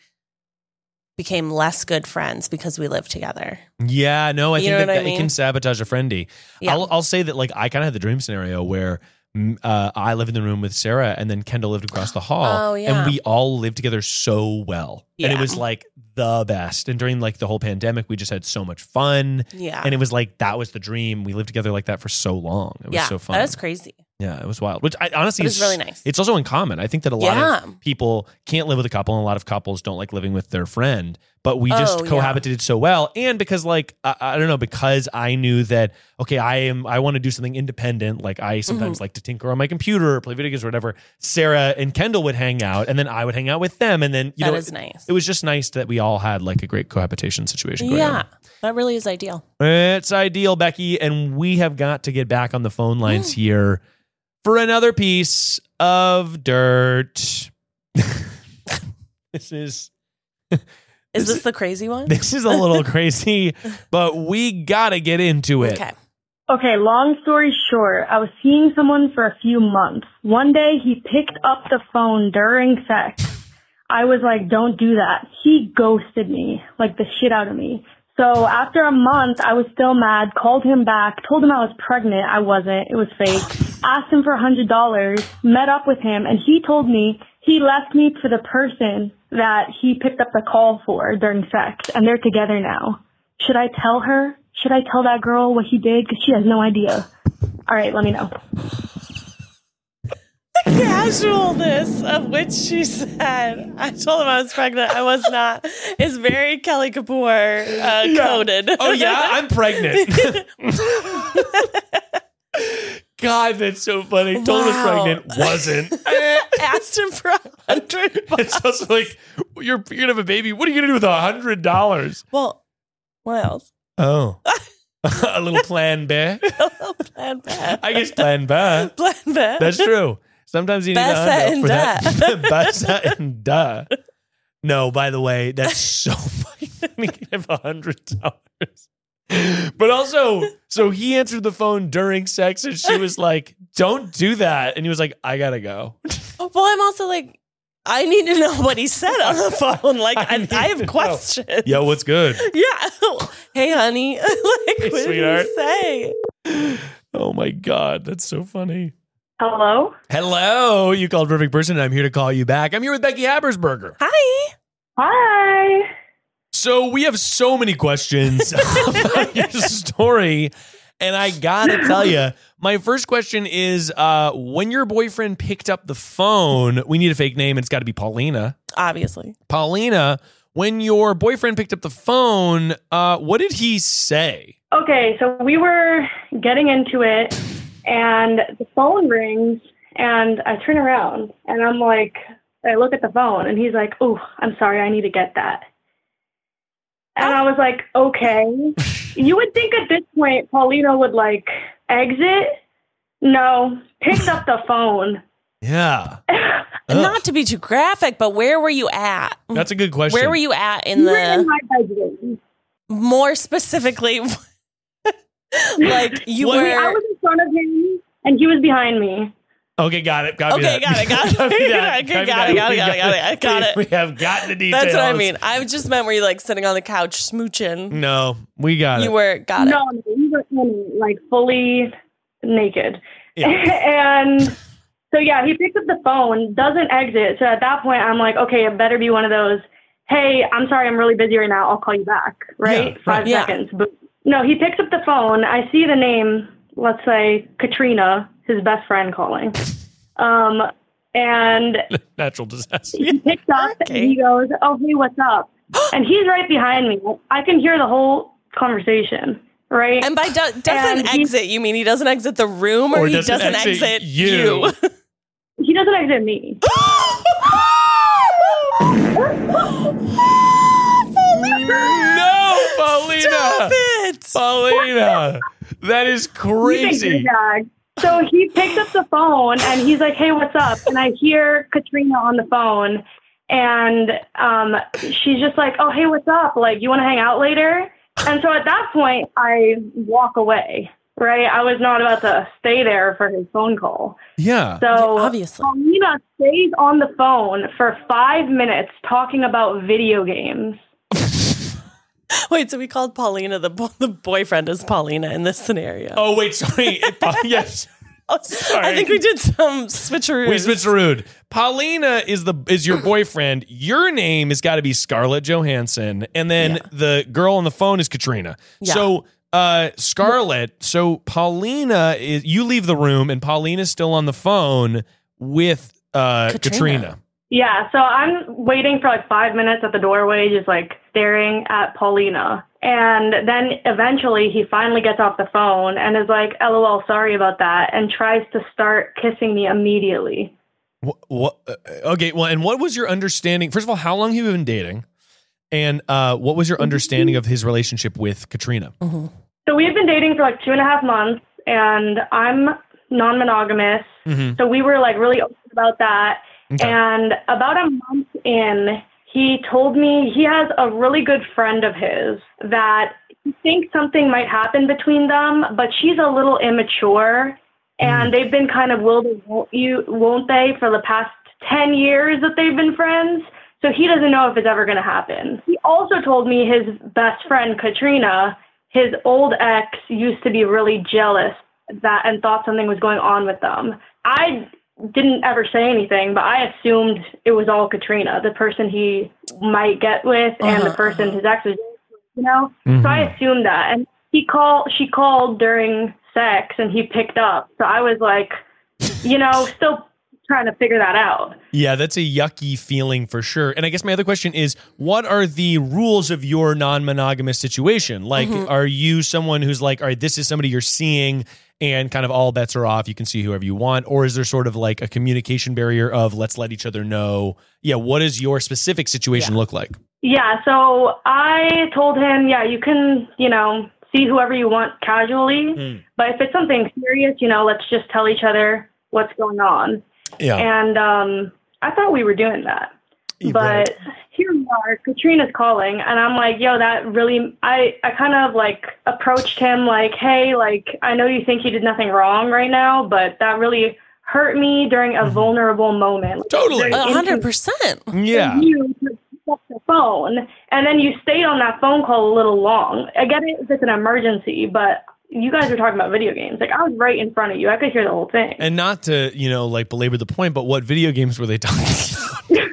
became less good friends because we lived together. Yeah, no, I You think know that, what I that it can mean? sabotage a friendy. Yeah. I'll, I'll say that like I kind of had the dream scenario where mm, uh, I lived in the room with Sarah and then Kendall lived across the hall Oh, yeah. and we all lived together so well. And it Yeah. was like the best. And during like the whole pandemic, we just had so much fun. Yeah. And it was like that was the dream. We lived together like that for so long. It was yeah. so fun. That is crazy. Yeah, it was wild. Which I honestly But it's is really nice. It's also uncommon. I think that a lot Yeah. of people can't live with a couple, and a lot of couples don't like living with their friend. But we just Oh, yeah. cohabitated so well, and because like I, I don't know, because I knew that okay, I am I want to do something independent. Like I sometimes Mm-hmm. like to tinker on my computer or play video games or whatever. Sarah and Kendall would hang out, and then I would hang out with them, and then you That know is it- nice. It was just nice that we all had like a great cohabitation situation. Going yeah. on. That really is ideal. It's ideal, Becky, and we have got to get back on the phone lines here for another piece of dirt. this is Is this the crazy one? this is a little crazy, but we got to get into it. Okay. Okay, long story short, I was seeing someone for a few months. One day he picked up the phone during sex. I was like, don't do that. He ghosted me, like the shit out of me. So after a month, I was still mad, called him back, told him I was pregnant. I wasn't. It was fake. asked him for a hundred dollars, met up with him, and he told me he left me to the person that he picked up the call for during sex, and they're together now. Should I tell her? Should I tell that girl what he did? Because she has no idea. All right, let me know. casualness of which she said, I told him I was pregnant. I was not, is very Kelly Kapoor uh, coded. Oh yeah, I'm pregnant. God, that's so funny. Told us Wow. pregnant, wasn't. Asked him for a hundred bucks. it's just like you're you're gonna have a baby. What are you gonna do with a hundred dollars? Well, what else? Oh, a little plan B. Oh, Plan bad. I guess plan B. Plan bad. That's true. Sometimes you need Best a that hundo and for that. duh. Best that and duh. No, by the way, that's so funny. Let me give a hundred dollars. But also, so he answered the phone during sex, and she was like, "Don't do that," and he was like, "I gotta go." well, I'm also like, I need to know what he said on the phone. Like, I I, need I, to have know. questions. Yo, what's good? Yeah. hey, honey. like, what sweetheart. did he say? Oh my god, that's so funny. Hello? Hello, you called perfect person, and I'm here to call you back. I'm here with Becky Habersberger. Hi. Hi. So we have so many questions about your story, and I gotta tell you, my first question is: uh, when your boyfriend picked up the phone, we need a fake name, and it's got to be Paulina. Obviously. Paulina, when your boyfriend picked up the phone, uh, what did he say? Okay, so we were getting into it, and the phone rings, and I turn around, and I'm like, I look at the phone, and he's like, "Oh, I'm sorry, I need to get that." And I was like, "Okay." you would think at this point Paulina would like exit. No, picked up the phone. Yeah, And Not to be too graphic, but where were you at? that's a good question. Where were you at in We were in the my bedroom. more specifically? like you What- were. I was in front of him, and he was behind me. Okay, got it. Copy Okay, that. got it, got it. Copy that. Okay, Copy got that. it, got it, We got it, got it, got it. We have gotten the details. That's what I mean. I just meant were you like sitting on the couch smooching? No, we got You it. were got it. No, no, we were in it, um, like fully naked. Yeah. and so yeah, he picks up the phone, doesn't exit. So at that point, I'm like, okay, it better be one of those. Hey, I'm sorry, I'm really busy right now. I'll call you back. Right, Yeah, five right. Yeah. seconds. But no, he picks up the phone. I see the name. Let's say Katrina, his best friend, calling. Um, and Natural disaster. he picks up and he goes, "Oh, hey, what's up?" and he's right behind me. I can hear the whole conversation. Right. And by do- doesn't And he- exit, you mean he doesn't exit the room or, he doesn't, exit, you? He doesn't exit me. No, Paulina. Stop it! Paulina. That is He's a crazy. douchebag. So he picks up the phone and he's like, "Hey, what's up?" And I hear Katrina on the phone, and um, she's just like, "Oh, hey, what's up? Like, you want to hang out later?" And so at that point, I walk away. Right, I was not about to stay there for his phone call. Yeah. So Obviously. Paulina stays on the phone for five minutes talking about video games. Wait, so we called Paulina the bo- the boyfriend is Paulina in this scenario. Oh, wait, sorry. Pa- yes. I think we did some switcheroos. We switcherooed. Paulina is the is your boyfriend. Your name has got to be Scarlett Johansson, and then the girl on the phone is Katrina. Yeah. So uh, Scarlett. So Paulina is you leave the room, and Paulina's still on the phone with uh, Katrina. Katrina. Yeah, so I'm waiting for like five minutes at the doorway, just like staring at Paulina. And then eventually he finally gets off the phone and is like, lol, sorry about that, and tries to start kissing me immediately. What, okay, well, and what was your understanding? First of all, how long have you been dating? And uh, what was your understanding of his relationship with Katrina? So we've been dating for like two and a half months, and I'm non monogamous. Mm-hmm. So we were like really open about that. Okay. And about a month in, he told me he has a really good friend of his that he thinks something might happen between them, but she's a little immature. And they've been kind of will they, won't you, won't they, for the past 10 years that they've been friends. So he doesn't know if it's ever going to happen. He also told me his best friend, Katrina, his old ex used to be really jealous that and thought something was going on with them. I didn't ever say anything, but I assumed it was all Katrina, the person he might get with and the Uh-huh, person his ex was, you know? So I assumed that. And he called, she called during sex and he picked up. So I was like, you know, still trying to figure that out. Yeah, that's a yucky feeling for sure. And I guess my other question is what are the rules of your non monogamous situation? Like, are you someone who's like, all right, this is somebody you're seeing and kind of all bets are off? You can see whoever you want. Or is there sort of like a communication barrier of let's let each other know? Yeah, what does your specific situation look like? Yeah, so I told him, yeah, you can, you know, see whoever you want casually, but if it's something serious, you know, let's just tell each other what's going on. Yeah. And um, I thought we were doing that. but Right. here we are, Katrina's calling, and I'm like, yo, that really, I, I kind of like approached him like, hey, like, I know you think you did nothing wrong right now, but that really hurt me during a vulnerable moment. Mm-hmm. Totally. A hundred percent. Yeah. You picked up the phone, and then you stayed on that phone call a little long. I get it if it's an emergency, but you guys were talking about video games. Like I was right in front of you. I could hear the whole thing. And not to, you know, like belabor the point, but what video games were they talking about?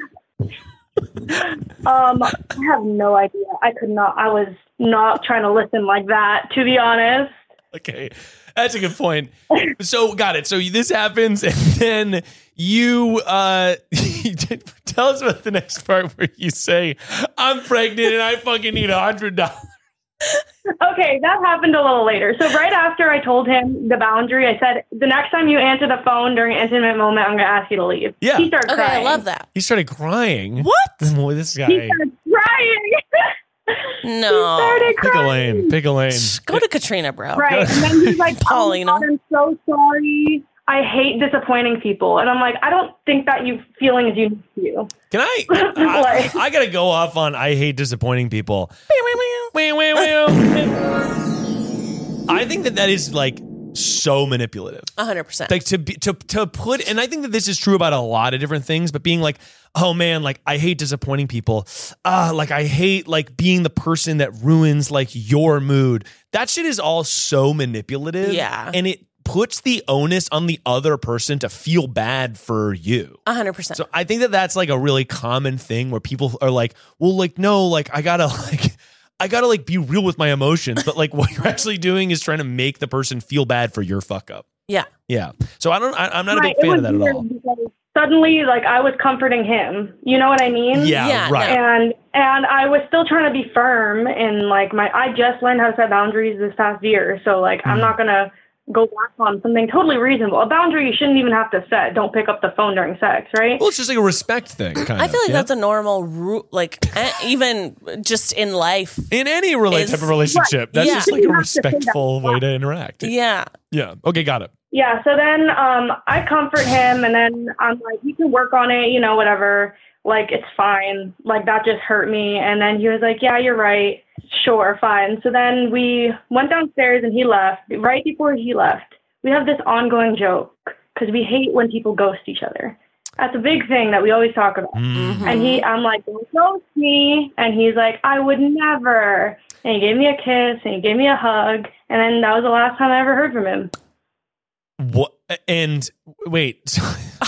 Um, I have no idea. I could not. I was not trying to listen like that. To be honest, Okay, that's a good point. So, got it. So this happens, and then you uh, you did- tell us about the next part where you say, "I'm pregnant and I fucking need a hundred dollars." okay, that happened a little later. So right after I told him the boundary, I said, "The next time you answer the phone during an intimate moment, I'm going to ask you to leave." Yeah. he started Okay, I crying. love that. He started crying. What? Boy, this guy. He started crying. No. started Pick crying. a lane. Pick a lane. Go to Katrina, bro. Right. And then he's like, Paulina. Oh my God, I'm so sorry. I hate disappointing people. And I'm like, I don't think that you feeling is unique to you. Can I? I, I gotta go off on. I hate disappointing people. Wah, wah, wah. I think that that is like so manipulative. A hundred percent. like to be, to to put and I think that this is true about a lot of different things but being like oh man like I hate disappointing people ah like I hate like being the person that ruins like your mood that shit is all so manipulative Yeah. and it puts the onus on the other person to feel bad for you A hundred percent. so I think that that's like a really common thing where people are like, well, like, no, like, I gotta, like, I gotta, like, be real with my emotions. But, like, what you're actually doing is trying to make the person feel bad for your fuck up. Yeah. Yeah. So I don't, I, I'm not a Right, big it fan was of that at weird all. because Suddenly, like I was comforting him. You know what I mean? Yeah, Yeah, right. And and I was still trying to be firm and like my I just learned how to set boundaries this past year. So like I'm not gonna go back on something totally reasonable. A boundary you shouldn't even have to set. Don't pick up the phone during sex, right? Well, it's just like a respect thing, kind of. I feel like yeah? that's a normal root, like eh, even just in life. in any rela- is- type of relationship, that's yeah. just like You a have to say that. respectful way to interact. Yeah. Yeah. Okay. Got it. Yeah, so then um, I comfort him, and then I'm like, you can work on it, you know, whatever. Like, it's fine. Like, that just hurt me. And then he was like, yeah, you're right. Sure, fine. So then we went downstairs, and he left. Right before he left, we have this ongoing joke because we hate when people ghost each other. That's a big thing that we always talk about. And he, I'm like, don't ghost me. And he's like, I would never. And he gave me a kiss, and he gave me a hug. And then that was the last time I ever heard from him. What? And wait.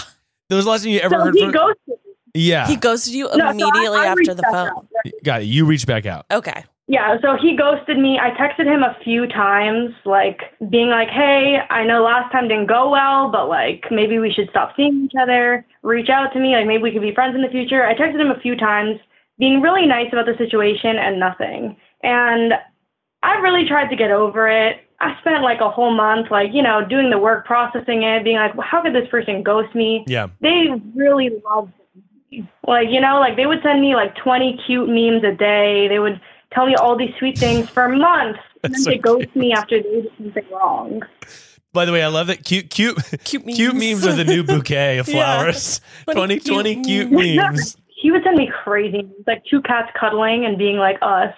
So, that was the last time you ever So heard he from. ghosted. me. yeah. He ghosted you No, so I- immediately I after reached the back phone. out. got it. You reach back out. Okay. Yeah, so he ghosted me. I texted him a few times, like being like, "Hey, I know last time didn't go well, but like maybe we should stop seeing each other. Reach out to me, like maybe we could be friends in the future." I texted him a few times, being really nice about the situation and nothing. And I really tried to get over it. I spent like a whole month, like you know, doing the work, processing it, being like, "How could this person ghost me?" Yeah. they really loved me. Like, you know, like they would send me like 20 cute memes a day. They would tell me all these sweet things for months. And then That's so they ghost me after they did something wrong. By the way, I love that cute, cute, Cute memes. cute memes are the new bouquet of Yeah. flowers. Twenty Twenty cute twenty cute memes. He would send me crazy memes, like two cats cuddling and being like us.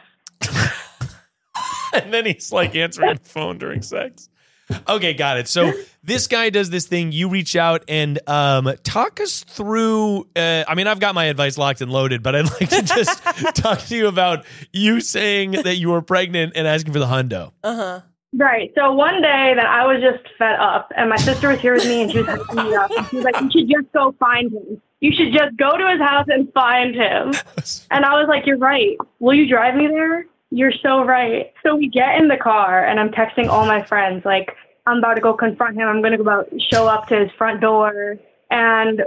and then he's like answering the phone during sex. Okay, got it. So this guy does this thing. You reach out and um, talk us through. Uh, I mean, I've got my advice locked and loaded, but I'd like to just talk to you about you saying that you were pregnant and asking for the hundo. Uh huh. Right. So one day that I was just fed up, and my sister was here with me, and she was hyping me up. And she was like, "You should just go find him. You should just go to his house and find him." And I was like, "You're right. Will you drive me there? You're so right." So we get in the car, and I'm texting all my friends like, "I'm about to go confront him. I'm going to go about show up to his front door." And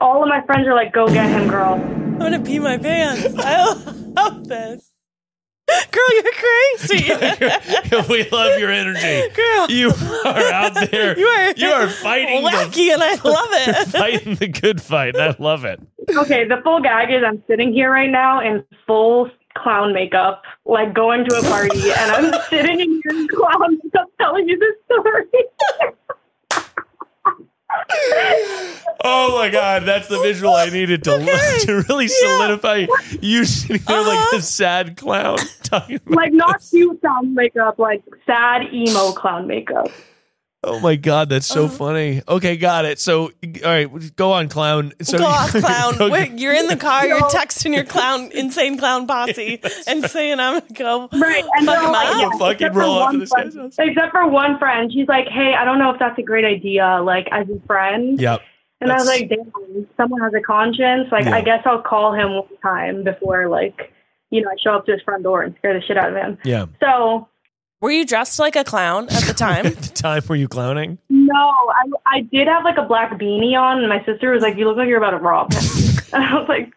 all of my friends are like, "Go get him, girl." I'm gonna pee my pants. I love this. Girl, you're crazy. we love your energy. Girl, You are out there. You are- you are fighting the, wacky, and I love it. fighting the good fight. I love it. Okay, the full gag is I'm sitting here right now in full clown makeup, like going to a party, and I'm sitting in here in clown makeup telling you this story. Oh my god, that's the visual I needed to to really solidify you sitting there like Uh-huh. the sad clown talking. About, like, not cute clown makeup, like sad emo clown makeup. oh my god, that's so funny. Okay, got it. So, all right, go on, clown. So Go off, clown. Go- Wait, you're in the car. You're texting your clown, insane clown posse, and saying, "I'm gonna go." Right, and Fuck they're him like, up. yeah, We'll fucking except for roll up one to this guy's friend- house. Except for one friend, she's like, "Hey, I don't know if that's a great idea, like as a friend." Yep. And I was That's- like, damn, someone has a conscience. Like, Yeah. I guess I'll call him one time before, like, you know, I show up to his front door and scare the shit out of him. Yeah. So, Were you dressed like a clown at the time? At the time were you clowning? no, I, I did have, like, a black beanie on, and my sister was like, you look like you're about to rob him. and I was like,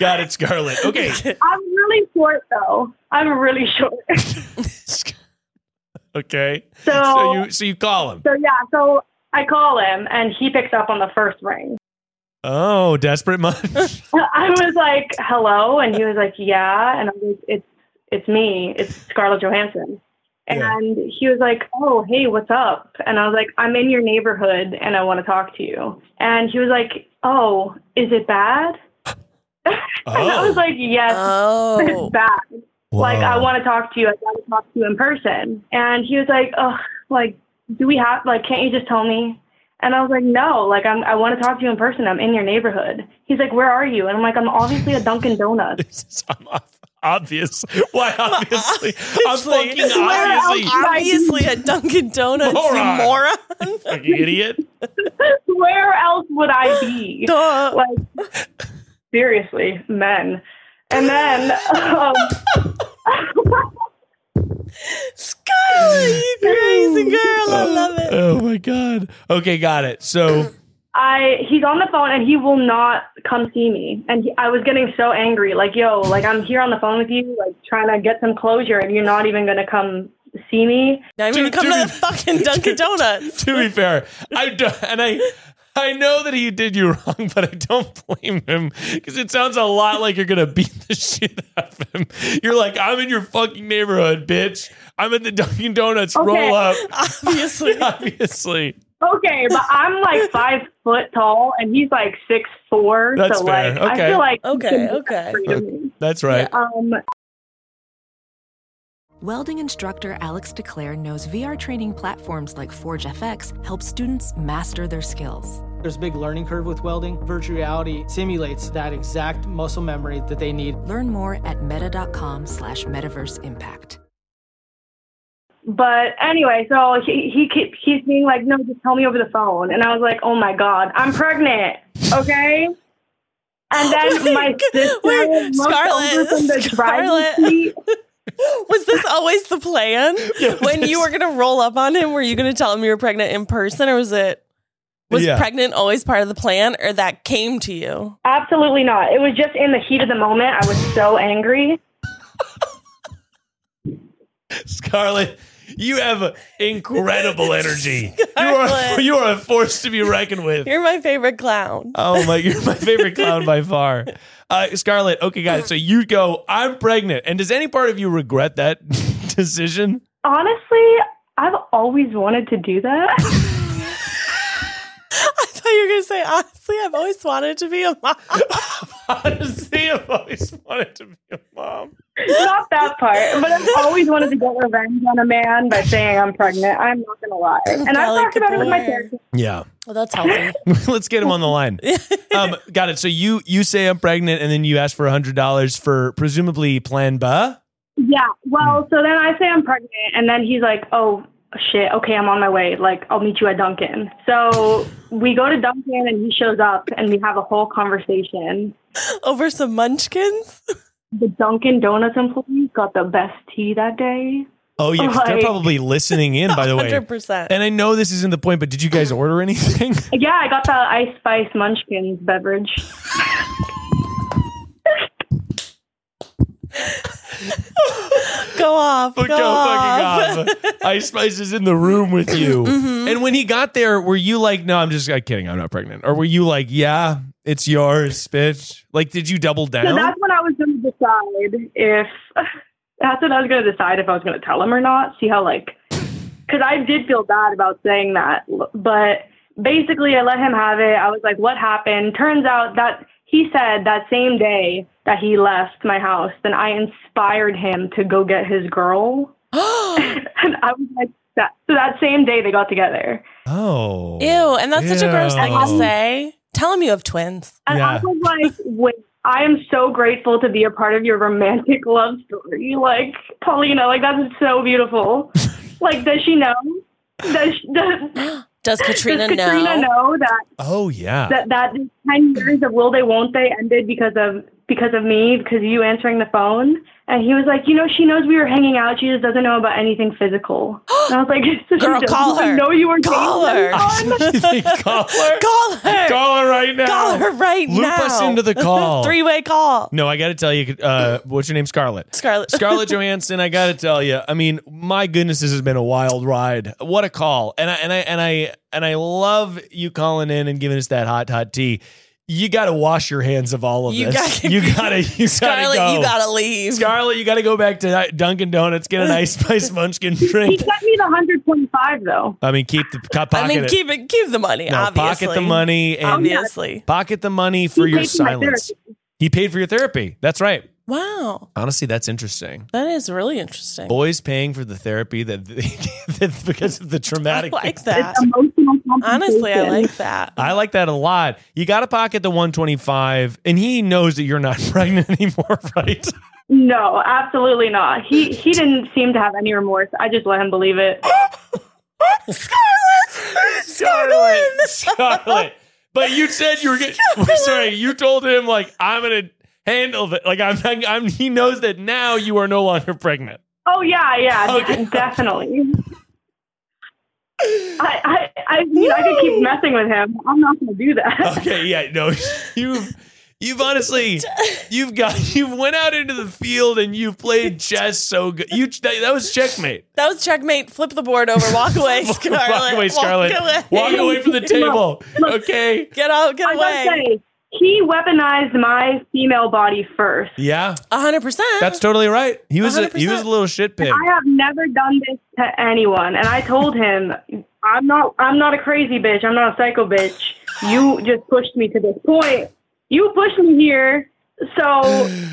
Got it, Scarlet. Okay. I'm really short, though. I'm really short. okay. So, So you so you call him. so, yeah, so I call him, and he picks up on the first ring. Oh, desperate much. I was like, hello. And he was like, yeah. And I was like, it's, it's me. It's Scarlett Johansson. Yeah. And he was like, oh, hey, what's up? And I was like, I'm in your neighborhood and I want to talk to you. And he was like, oh, is it bad? And I was like, yes, Oh, it's bad. Whoa. Like, I want to talk to you. I want to talk to you in person. And he was like, oh, like, do we have, like, can't you just tell me? And I was like, no, like, I'm, I want to talk to you in person. I'm in your neighborhood. He's like, where are you? And I'm like, I'm obviously at Dunkin' Donuts. This is- I'm ob- obvious. Why obviously? I'm Obviously. fucking obviously. obviously at Dunkin' Donuts, Moron. you moron. Fucking idiot. where else would I be? Duh. like seriously, men. And then um, Scarlett, you crazy girl. I love it. Oh my god. Okay, got it. So I he's on the phone and he will not come see me. And he, I was getting so angry, like yo, like I'm here on the phone with you, like trying to get some closure, and you're not even gonna come see me. Now I'm going to Dude, come dude. to the fucking Dunkin' Donuts. to be fair, I do, and I I know that he did you wrong, but I don't blame him because it sounds a lot like you're gonna beat the shit out of him. You're like, I'm in your fucking neighborhood, bitch. I'm at the Dunkin' Donuts. Okay. Roll up, Obviously. obviously. Okay, but I'm like five foot tall and he's like six four. That's so fair. like Okay. I feel like he Okay, can be okay. afraid of me. That's right. Um, Welding instructor Alex DeClaire knows VR training platforms like Forge FX help students master their skills. There's a big learning curve with welding. Virtual reality simulates that exact muscle memory that they need. Learn more at meta.com slash metaverse impact. But anyway, so he he keep, he's being like, "No, just tell me over the phone." And I was like, "Oh my god, I'm pregnant." Okay. And then my sister wait, looked over Scarlett, from the Scarlett. driving seat. Was this always the plan? when you were going to roll up on him, were you going to tell him you were pregnant in person or was it was Yeah. pregnant always part of the plan or that came to you? Absolutely not. It was just in the heat of the moment. I was so angry. Scarlett, you have incredible energy. You are Scarlett. you are a force to be reckoned with. You're my favorite clown. Oh my, you're my favorite clown by far. Uh, Scarlett, okay, guys, so you go, I'm pregnant. And does any part of you regret that decision? Honestly, I've always wanted to do that. I thought you were going to say, honestly, I've always wanted to be a mom. Honestly, I've always wanted to be a mom. not that part, but I've always wanted to get revenge on a man by saying I'm pregnant. I'm not gonna lie, and I've Golly, talked about it with my good boy. therapist. Yeah. Well, that's healthy. Let's get him on the line. Um, got it. So you you say I'm pregnant and then you ask for $100 for presumably plan B. Yeah. Well, so then I say I'm pregnant, and then he's like, "Oh shit, okay, I'm on my way. Like, I'll meet you at Dunkin'." So we go to Dunkin', and he shows up, and we have a whole conversation. over some munchkins. The Dunkin' Donuts employees got the best tea that day. Oh yeah, 'cause they're Like- probably listening in. By the way, hundred percent. and I know this isn't the point, but did you guys order anything? Yeah, I got the Ice Spice Munchkins beverage. Go Oh, off. Go, Go off. fucking off. Ice Spice is in the room with you. And when he got there, were you like, no, I'm just I'm kidding, I'm not pregnant? Or were you like, yeah, it's yours, bitch? Like, did you double down? So that's when I was going to decide if that's when I was going to decide if I was going to tell him or not. See how like because I did feel bad about saying that, l- but basically I let him have it. I was like, "What happened?" Turns out that he said that same day that he left my house, then I inspired him to go get his girl, and I was like, "That." So that same day they got together. oh. Ew, and that's such a gross thing to Ew. say. Tell him you have twins. And Yeah. I was like, wait, I am so grateful to be a part of your romantic love story. Like, Paulina, like, that's so beautiful. like, does she know? Does, she, does, Does Katrina, does know? Katrina know that, Oh yeah. that, that the 10 years of will they, won't they ended because of, because of me, because of you answering the phone? And he was like, you know, she knows we were hanging out. She just doesn't know about anything physical. And I was like, so Girl, she call doesn't her. know you were Call dating her. You think, call her. Call her. Call her right now. Call her right Loop now. us into the call. Three way call. No, I got to tell you, uh, what's your name, Scarlett? Scarlett. Scarlett Johansson, I got to tell you, I mean, my goodness, this has been a wild ride. What a call! And I and I and I and I love you calling in and giving us that hot hot tea. You got to wash your hands of all of You this. gotta- you got to. You Scarlett, gotta go. you gotta leave. Scarlett, you got to go back to Dunkin' Donuts, get an ice spice munchkin He drink. sent me the 125, though. I mean, keep the co- pocket. I mean, it. keep it, keep the money. no, obviously, Oh, pocket the money Oh, and Obviously. pocket the money for He your paid for my silence. therapy. He paid for your therapy. That's right. Wow, Honestly, that's interesting. that is really interesting. Boys paying for the therapy that, that because of the I traumatic. like that. Emotional Honestly, I compensation. like that. I like that a lot. You got to pocket the 125, and he knows that you're not pregnant anymore, right? No, absolutely not. He he didn't seem to have any remorse. I just let him believe it. Scarlet, Scarlet. But you said you were getting. Sorry, you told him like I'm gonna handle it. Like I'm, I'm. He knows that now you are no longer pregnant. Oh yeah, yeah, Okay. definitely. I I I, you know, I could keep messing with him. I'm not going to do that. Okay, yeah, no, you've you've honestly you've got you've went out into the field and you've played chess so good. You that, that was checkmate. That was checkmate. Flip the board over. Walk away, Scarlett. Walk away, Scarlett. Walk away, from the table. Okay. Get out. Get I must away. say, he weaponized my female body first. Yeah, hundred percent. that's totally right. He was a, he was a little shit pig. I have never done this to anyone, and I told him, "I'm not. I'm not a crazy bitch. I'm not a psycho bitch. You just pushed me to this point. You pushed me here. So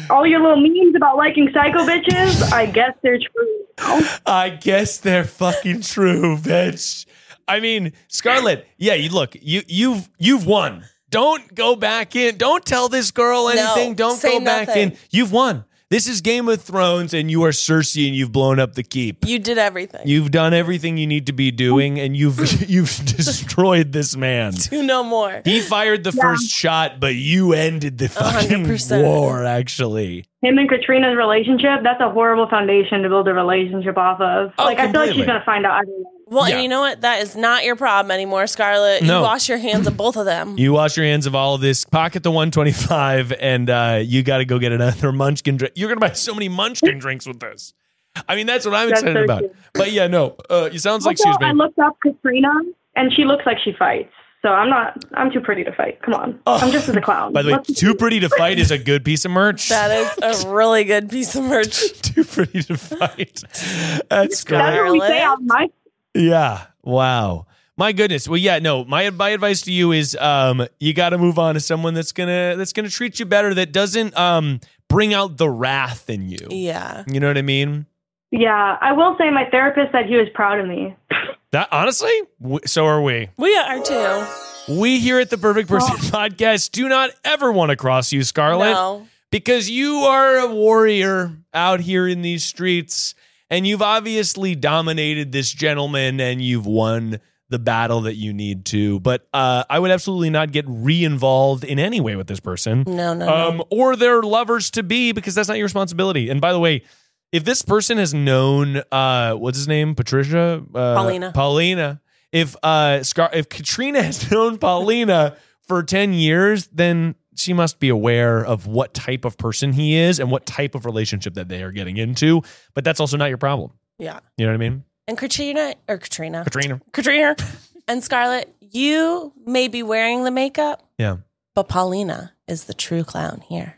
all your little memes about liking psycho bitches, I guess they're true. I guess they're fucking true, bitch. I mean, Scarlett, yeah, you look, you you've you've won. Don't go back in. Don't tell this girl anything. Don't say go back nothing. in. You've won. This is Game of Thrones and you are Cersei and you've blown up the keep. you did everything. You, You've done everything you need to be doing and you've you've destroyed this man. know more. He fired the first shot, but you ended the fucking 100%. war actually. Him and Katrina's relationship—that's a horrible foundation to build a relationship off of. Oh, like I feel like completely. she's gonna find out either way. Well, Yeah. and you know what? That is not your problem anymore, Scarlett. No. You wash your hands of both of them. You wash your hands of all of this. Pocket the 125, and uh, you got to go get another munchkin drink. You're going to buy so many munchkin drinks with this. I mean, that's what I'm That's excited so about. cute. But yeah, no, uh, it sounds like, also, excuse I me. looked up Katrina, and she looks like she fights. So I'm not. I'm too pretty to fight. Come on. I'm just as a clown. Oh. By the way, Let's- too pretty to fight is a good piece of merch. That is a really good piece of merch. too pretty to fight. That's that's great. what we say on my Yeah. Wow. My goodness. Well, yeah, no. My my advice to you is um you got to move on to someone that's going to that's going to treat you better that doesn't um bring out the wrath in you. Yeah. You know what I mean? Yeah, I will say my therapist said he was proud of me. That honestly, w- so are we. We are too. We here at the Perfect Person Podcast do not ever want to cross you, Scarlett. No. because you are a warrior out here in these streets and you've obviously dominated this gentleman and you've won the battle that you need to. But uh, I would absolutely not get re involved in any way with this person No, no, no. um, or their lovers to be because that's not your responsibility. And by the way, if this person has known uh, what's his name, Patricia, uh, Paulina. Paulina, if uh, Scar- if Katrina has known Paulina for ten years, then she must be aware of what type of person he is and what type of relationship that they are getting into. But that's also not your problem. Yeah. You know what I mean, And Katrina or Katrina, Katrina? Katrina and Scarlett, you may be wearing the makeup. Yeah. But Paulina is the true clown here.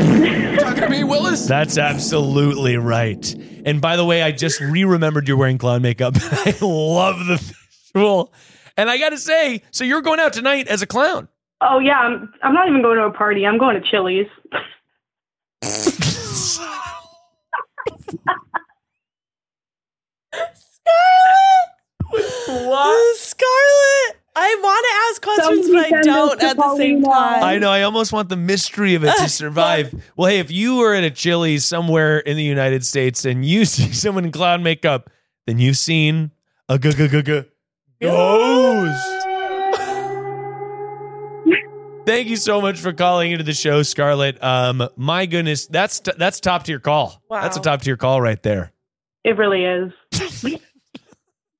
Talking to me, Willis? That's absolutely right. And by the way, I just re remembered you're wearing clown makeup. I love the visual. And I got to say, so you're going out tonight as a clown. Oh yeah, I'm, I'm not even going to a party. I'm going to Chili's. What? Scarlett, I want to ask questions, Somebody but I send don't this at to the same Paulina. time. I know. I almost want the mystery of it to survive. well, hey, if you were at a Chili's somewhere in the United States and you see someone in clown makeup, then you've seen a g g g g ghost. Thank you so much for calling into the show, Scarlett. Um, my goodness, that's t- that's top tier call. Wow. That's a top tier call right there. It really is.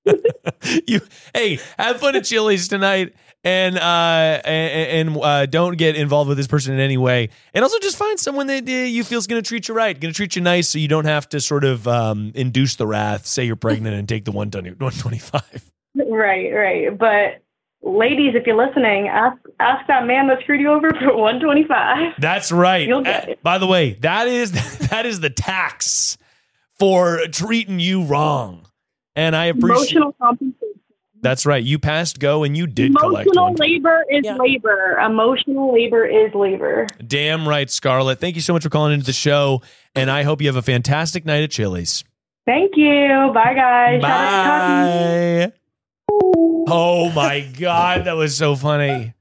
you hey, have fun at Chili's tonight, and uh, and, and uh, don't get involved with this person in any way. And also, just find someone that uh, you feel is going to treat you right, going to treat you nice, so you don't have to sort of um, induce the wrath. Say you're pregnant and take the one twenty five. Right, right. But ladies, if you're listening, ask ask that man that screwed you over for 125. That's right. You'll get Uh, it. by the way, that is that is the tax for treating you wrong. And I appreciate Emotional compensation. that's right. You passed go and you did collect Emotional one. labor is Yeah. labor. Emotional labor is labor. Damn right, Scarlett. Thank you so much for calling into the show. And I hope you have a fantastic night at Chili's. Thank you. Bye, guys. Shout out to Tati. Bye. Oh my God, that was so funny.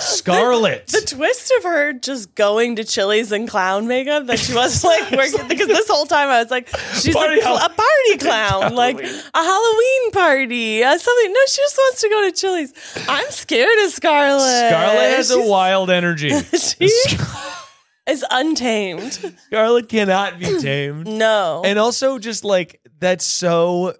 Scarlett. The twist of her just going to Chili's in clown makeup that she was like working because this whole time I was like she's Party a, cl- a hall- party clown like a Halloween party uh, something no she just wants to go to Chili's I'm scared of Scarlett Scarlett has a She's- wild energy. she is untamed Scarlett cannot be tamed. no And also, just like that's so.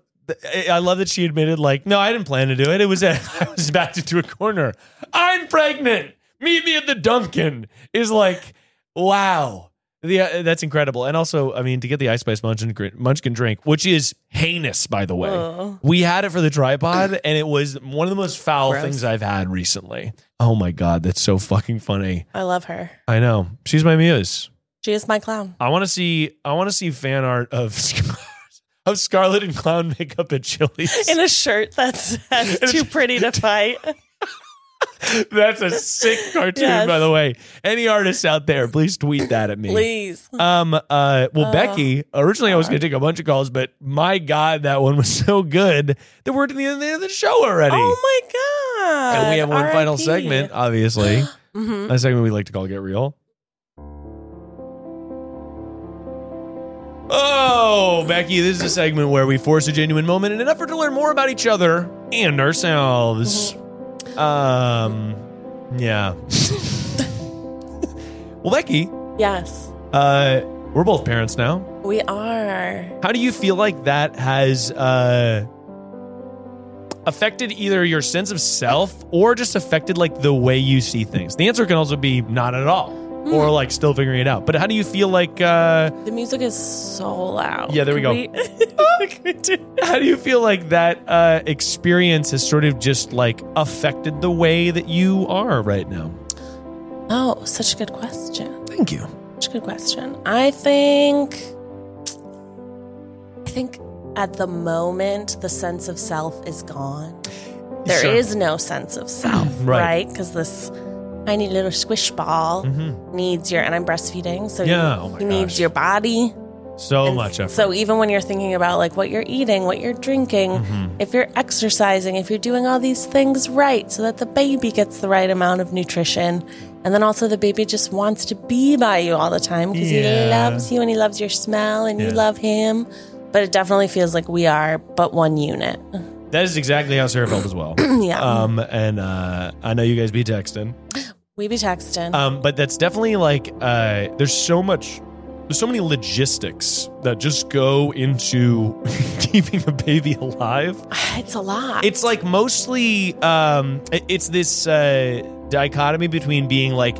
I- I love that she admitted, like, no, I didn't plan to do it. It was a, I was backed into a corner. I'm pregnant. Meet me at the Dunkin'. Is like, wow, the uh, that's incredible. And also, I mean, to get the ice spice munchkin, gr- munchkin drink, which is heinous, by the way. Oh. We had it for the tripod, and it was one of the most foul Gross. things I've had recently. Oh my god, that's so fucking funny. I love her I know she's my muse. she is my clown I want to see. I want to see fan art of Scar- of Scarlet and clown makeup at Chili's. in a shirt that says too pretty to fight That's a sick cartoon, Yes. by the way. Any artists out there, please tweet that at me. please uh-huh. Um. Uh. Well, Becky. Originally, I was going to take a bunch of calls, but my God, that one was so good that we're to the end of the show already. oh my god and we have one final RIP. segment, obviously. Mhm. a segment we like to call Get Real. Oh, Becky, this is a segment where we force a genuine moment in an effort to learn more about each other and ourselves. Um, yeah. well, Becky, yes. uh, we're both parents now. We are. How do you feel like that has uh, affected either your sense of self or just affected like the way you see things? The answer can also be not at all or like still figuring it out. But how do you feel like uh, The music is so loud. Yeah, there we go. Can we do- how do you feel like that uh, experience has sort of just like affected the way that you are right now? oh, such a good question. Thank you. Such a good question. I think. I think at the moment the sense of self is gone. There is Sure. no sense of self, Right. right? Because this tiny little squish ball needs your, and I'm breastfeeding, so Mm-hmm. Yeah, he, oh my he needs gosh. your body. So And much effort. So e- even when you're thinking about like what you're eating, what you're drinking, Mm-hmm. if you're exercising, if you're doing all these things right so that the baby gets the right amount of nutrition And then also the baby just wants to be by you all the time because Yeah. he loves you and he loves your smell and you Yeah. love him. But it definitely feels like we are but one unit. That is exactly how Sarah felt as well. yeah. Um, and uh, I know you guys be texting. we be texting. Um, but that's definitely like uh, there's so much, there's so many logistics that just go into keeping a baby alive. it's a lot. It's like mostly um, it- it's this uh, dichotomy between being like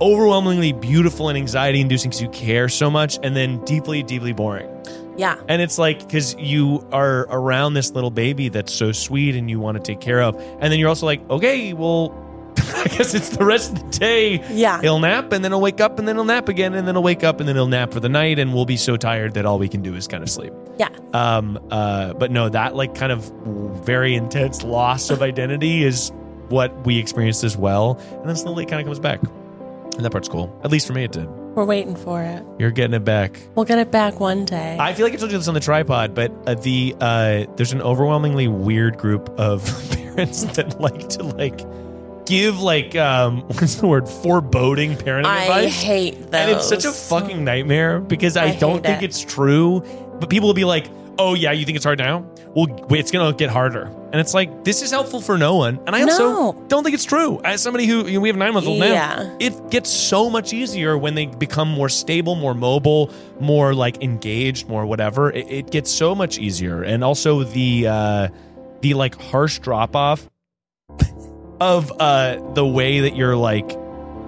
overwhelmingly beautiful and anxiety-inducing because you care so much, and then deeply, deeply boring. yeah. And it's like because you are around this little baby that's so sweet and you want to take care of, and then you're also like, okay, well, I guess it's the rest of the day. Yeah. He'll nap and then he'll wake up and then he'll nap again and then he'll wake up and then he'll nap for the night and we'll be so tired that all we can do is kind of sleep. Yeah. Um. Uh. But no, that like kind of very intense loss of identity is what we experienced as well, and then slowly it kind of comes back, and that part's cool. At least for me, it did. We're waiting for it. You're getting it back. We'll get it back one day. I feel like I told you this on the tripod, but uh, the uh, there's an overwhelmingly weird group of parents that like to like give like um what's the word foreboding parent I advice, hate those. and it's such a fucking nightmare because I, I don't hate think it. it's true. But people will be like, "Oh yeah, you think it's hard now? Well, wait, it's gonna get harder." And it's like this is helpful for no one, and I also No. don't think it's true. As somebody who you know, we have nine month old now, Yeah. it gets so much easier when they become more stable, more mobile, more like engaged, more whatever. It, it gets so much easier, and also the uh, the like harsh drop off of uh, the way that you're like.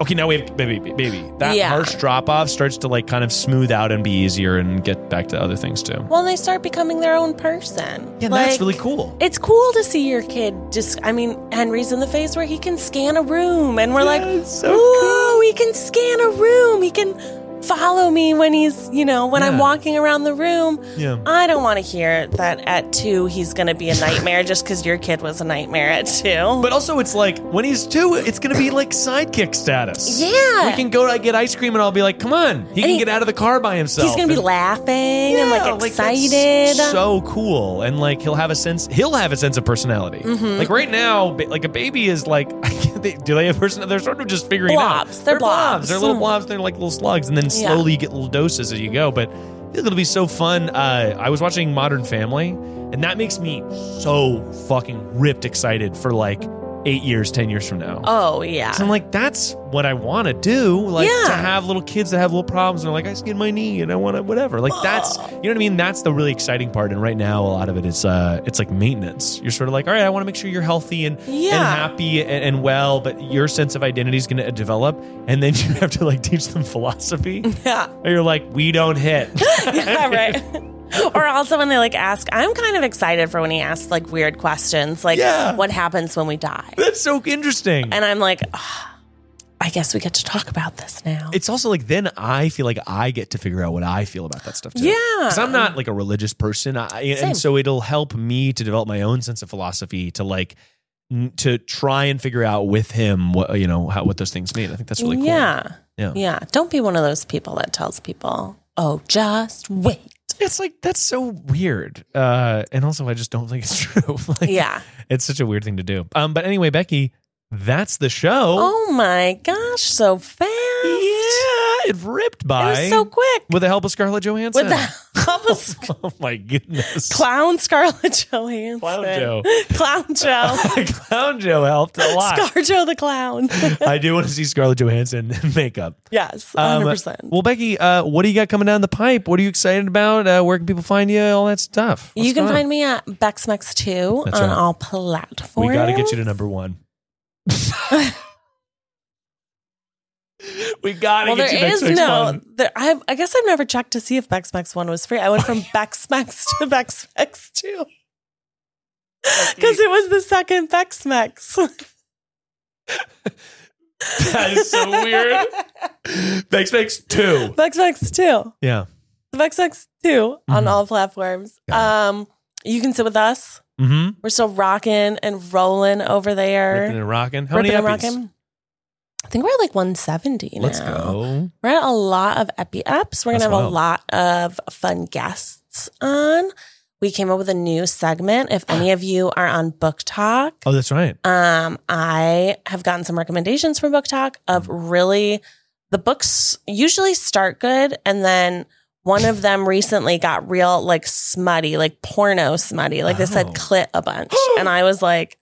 Okay, now we have baby, baby. That Yeah. harsh drop off starts to like kind of smooth out and be easier and get back to other things too. Well, they start becoming their own person. Yeah, Like, that's really cool. It's cool to see your kid just, I mean, Henry's in the phase where he can scan a room, and we're like, whoa, he can scan a room. He can follow me when he's, you know, when I'm Yeah. walking around the room. Yeah. I don't want to hear that at two he's going to be a nightmare just because your kid was a nightmare at two. But also, it's like when he's two, it's gonna be like sidekick status. Yeah. we can go to get ice cream, and I'll be like, "Come on, he can he- get out of the car by himself." he's going to be And- laughing and like that's excited. so cool, and like he'll have a sense. He'll have a sense of personality. Mm-hmm. Like right now, ba- like a baby is like, they, do they have person? They're sort of just figuring it out. Blobs. They're blobs. They're little Mm. blobs. They're like little slugs, and then Yeah. slowly you get little doses as you go. But I think it'll be so fun. Uh, I was watching Modern Family, and that makes me so fucking ripped excited for like eight years, ten years from now. oh, yeah. 'Cause I'm like, that's what I want to do. Like Yeah. to have little kids that have little problems and are like, I skinned my knee and I want to whatever. Like that's you know what I mean. That's the really exciting part. And right now, a lot of it is uh, it's like maintenance. You're sort of like, all right, I want to make sure you're healthy and and Yeah. happy and, and well, but your sense of identity is going to develop, and then you have to like teach them philosophy. yeah. And you're like, we don't hit. yeah, right. or also when they like ask, I'm kind of excited for when he asks like weird questions, like Yeah. what happens when we die, that's so interesting. and I'm like, "Ah, I guess we get to talk about this now. it's also like then I feel like I get to figure out what I feel about that stuff too. Yeah. because I'm not like a religious person, I, Same. and so it'll help me to develop my own sense of philosophy to like n- to try and figure out with him what you know how, what those things mean. I think that's really cool. yeah, Yeah. yeah. Don't be one of those people that tells people, oh, just wait. It's like that's so weird, uh, and also I just don't think it's true. like, Yeah. it's such a weird thing to do. Um, but anyway, Becky, that's the show. Oh my gosh, so fast. yeah, it ripped by It was so quick. with the help of Scarlett Johansson. With the help of Sc- oh my goodness, Clown Scarlett Johansson. Clown Joe. Clown Joe. Clown Joe helped a lot. Scar Joe the clown. I do want to see Scarlett Johansson in makeup. yes, Um, 100%. Well, Becky, uh, what do you got coming down the pipe? What are you excited about? Uh, where can people find you? All that stuff. you can find me at BexMex2 on That's right. all platforms. We got to get you to number one. we got to Well, get you there is next week's no. one. There, I've, I guess I've never checked to see if BexMex One was free. I went from BexMex to BexMex Two because it was the second BexMex. That is so weird. Thanks, thanks. Two. BexMex Two, Yeah. BexMex 2 on Mhm. all platforms. Got Um, you can sit with us. Mm-hmm. We're still rocking and rolling over Ripping there. and rocking. How many Ripping and Eppies? rocking. I think we're at like 170 now. Let's go. We're at a lot of epi ups. We're That's gonna have wild. a lot of fun guests on. we came up with a new segment. If any of you are on Book Talk, Oh, that's right. um, I have gotten some recommendations from Book Talk of really the books usually start good and then one of them recently got real like smutty, like porno smutty. Like they said Oh. clit a bunch. and I was like,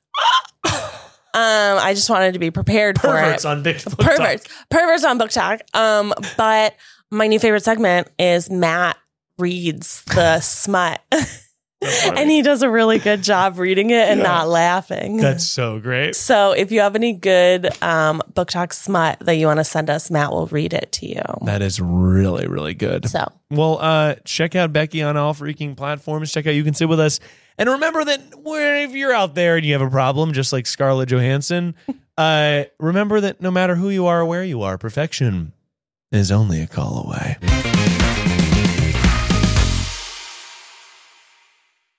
um, I just wanted to be prepared Perverts for it. on Big Book perverts. Perverts on book talk. Um, but my new favorite segment is Matt reads the smut. and he does a really good job reading it and not laughing. That's so great. So if you have any good um, book talk smut that you want to send us, Matt will read it to you. That is really, really good. So Well, uh, check out Becky on all freaking platforms. Check out You Can Sit With Us. And remember that where- if you're out there and you have a problem, just like Scarlett Johansson, uh, remember that no matter who you are or where you are, perfection is only a call away.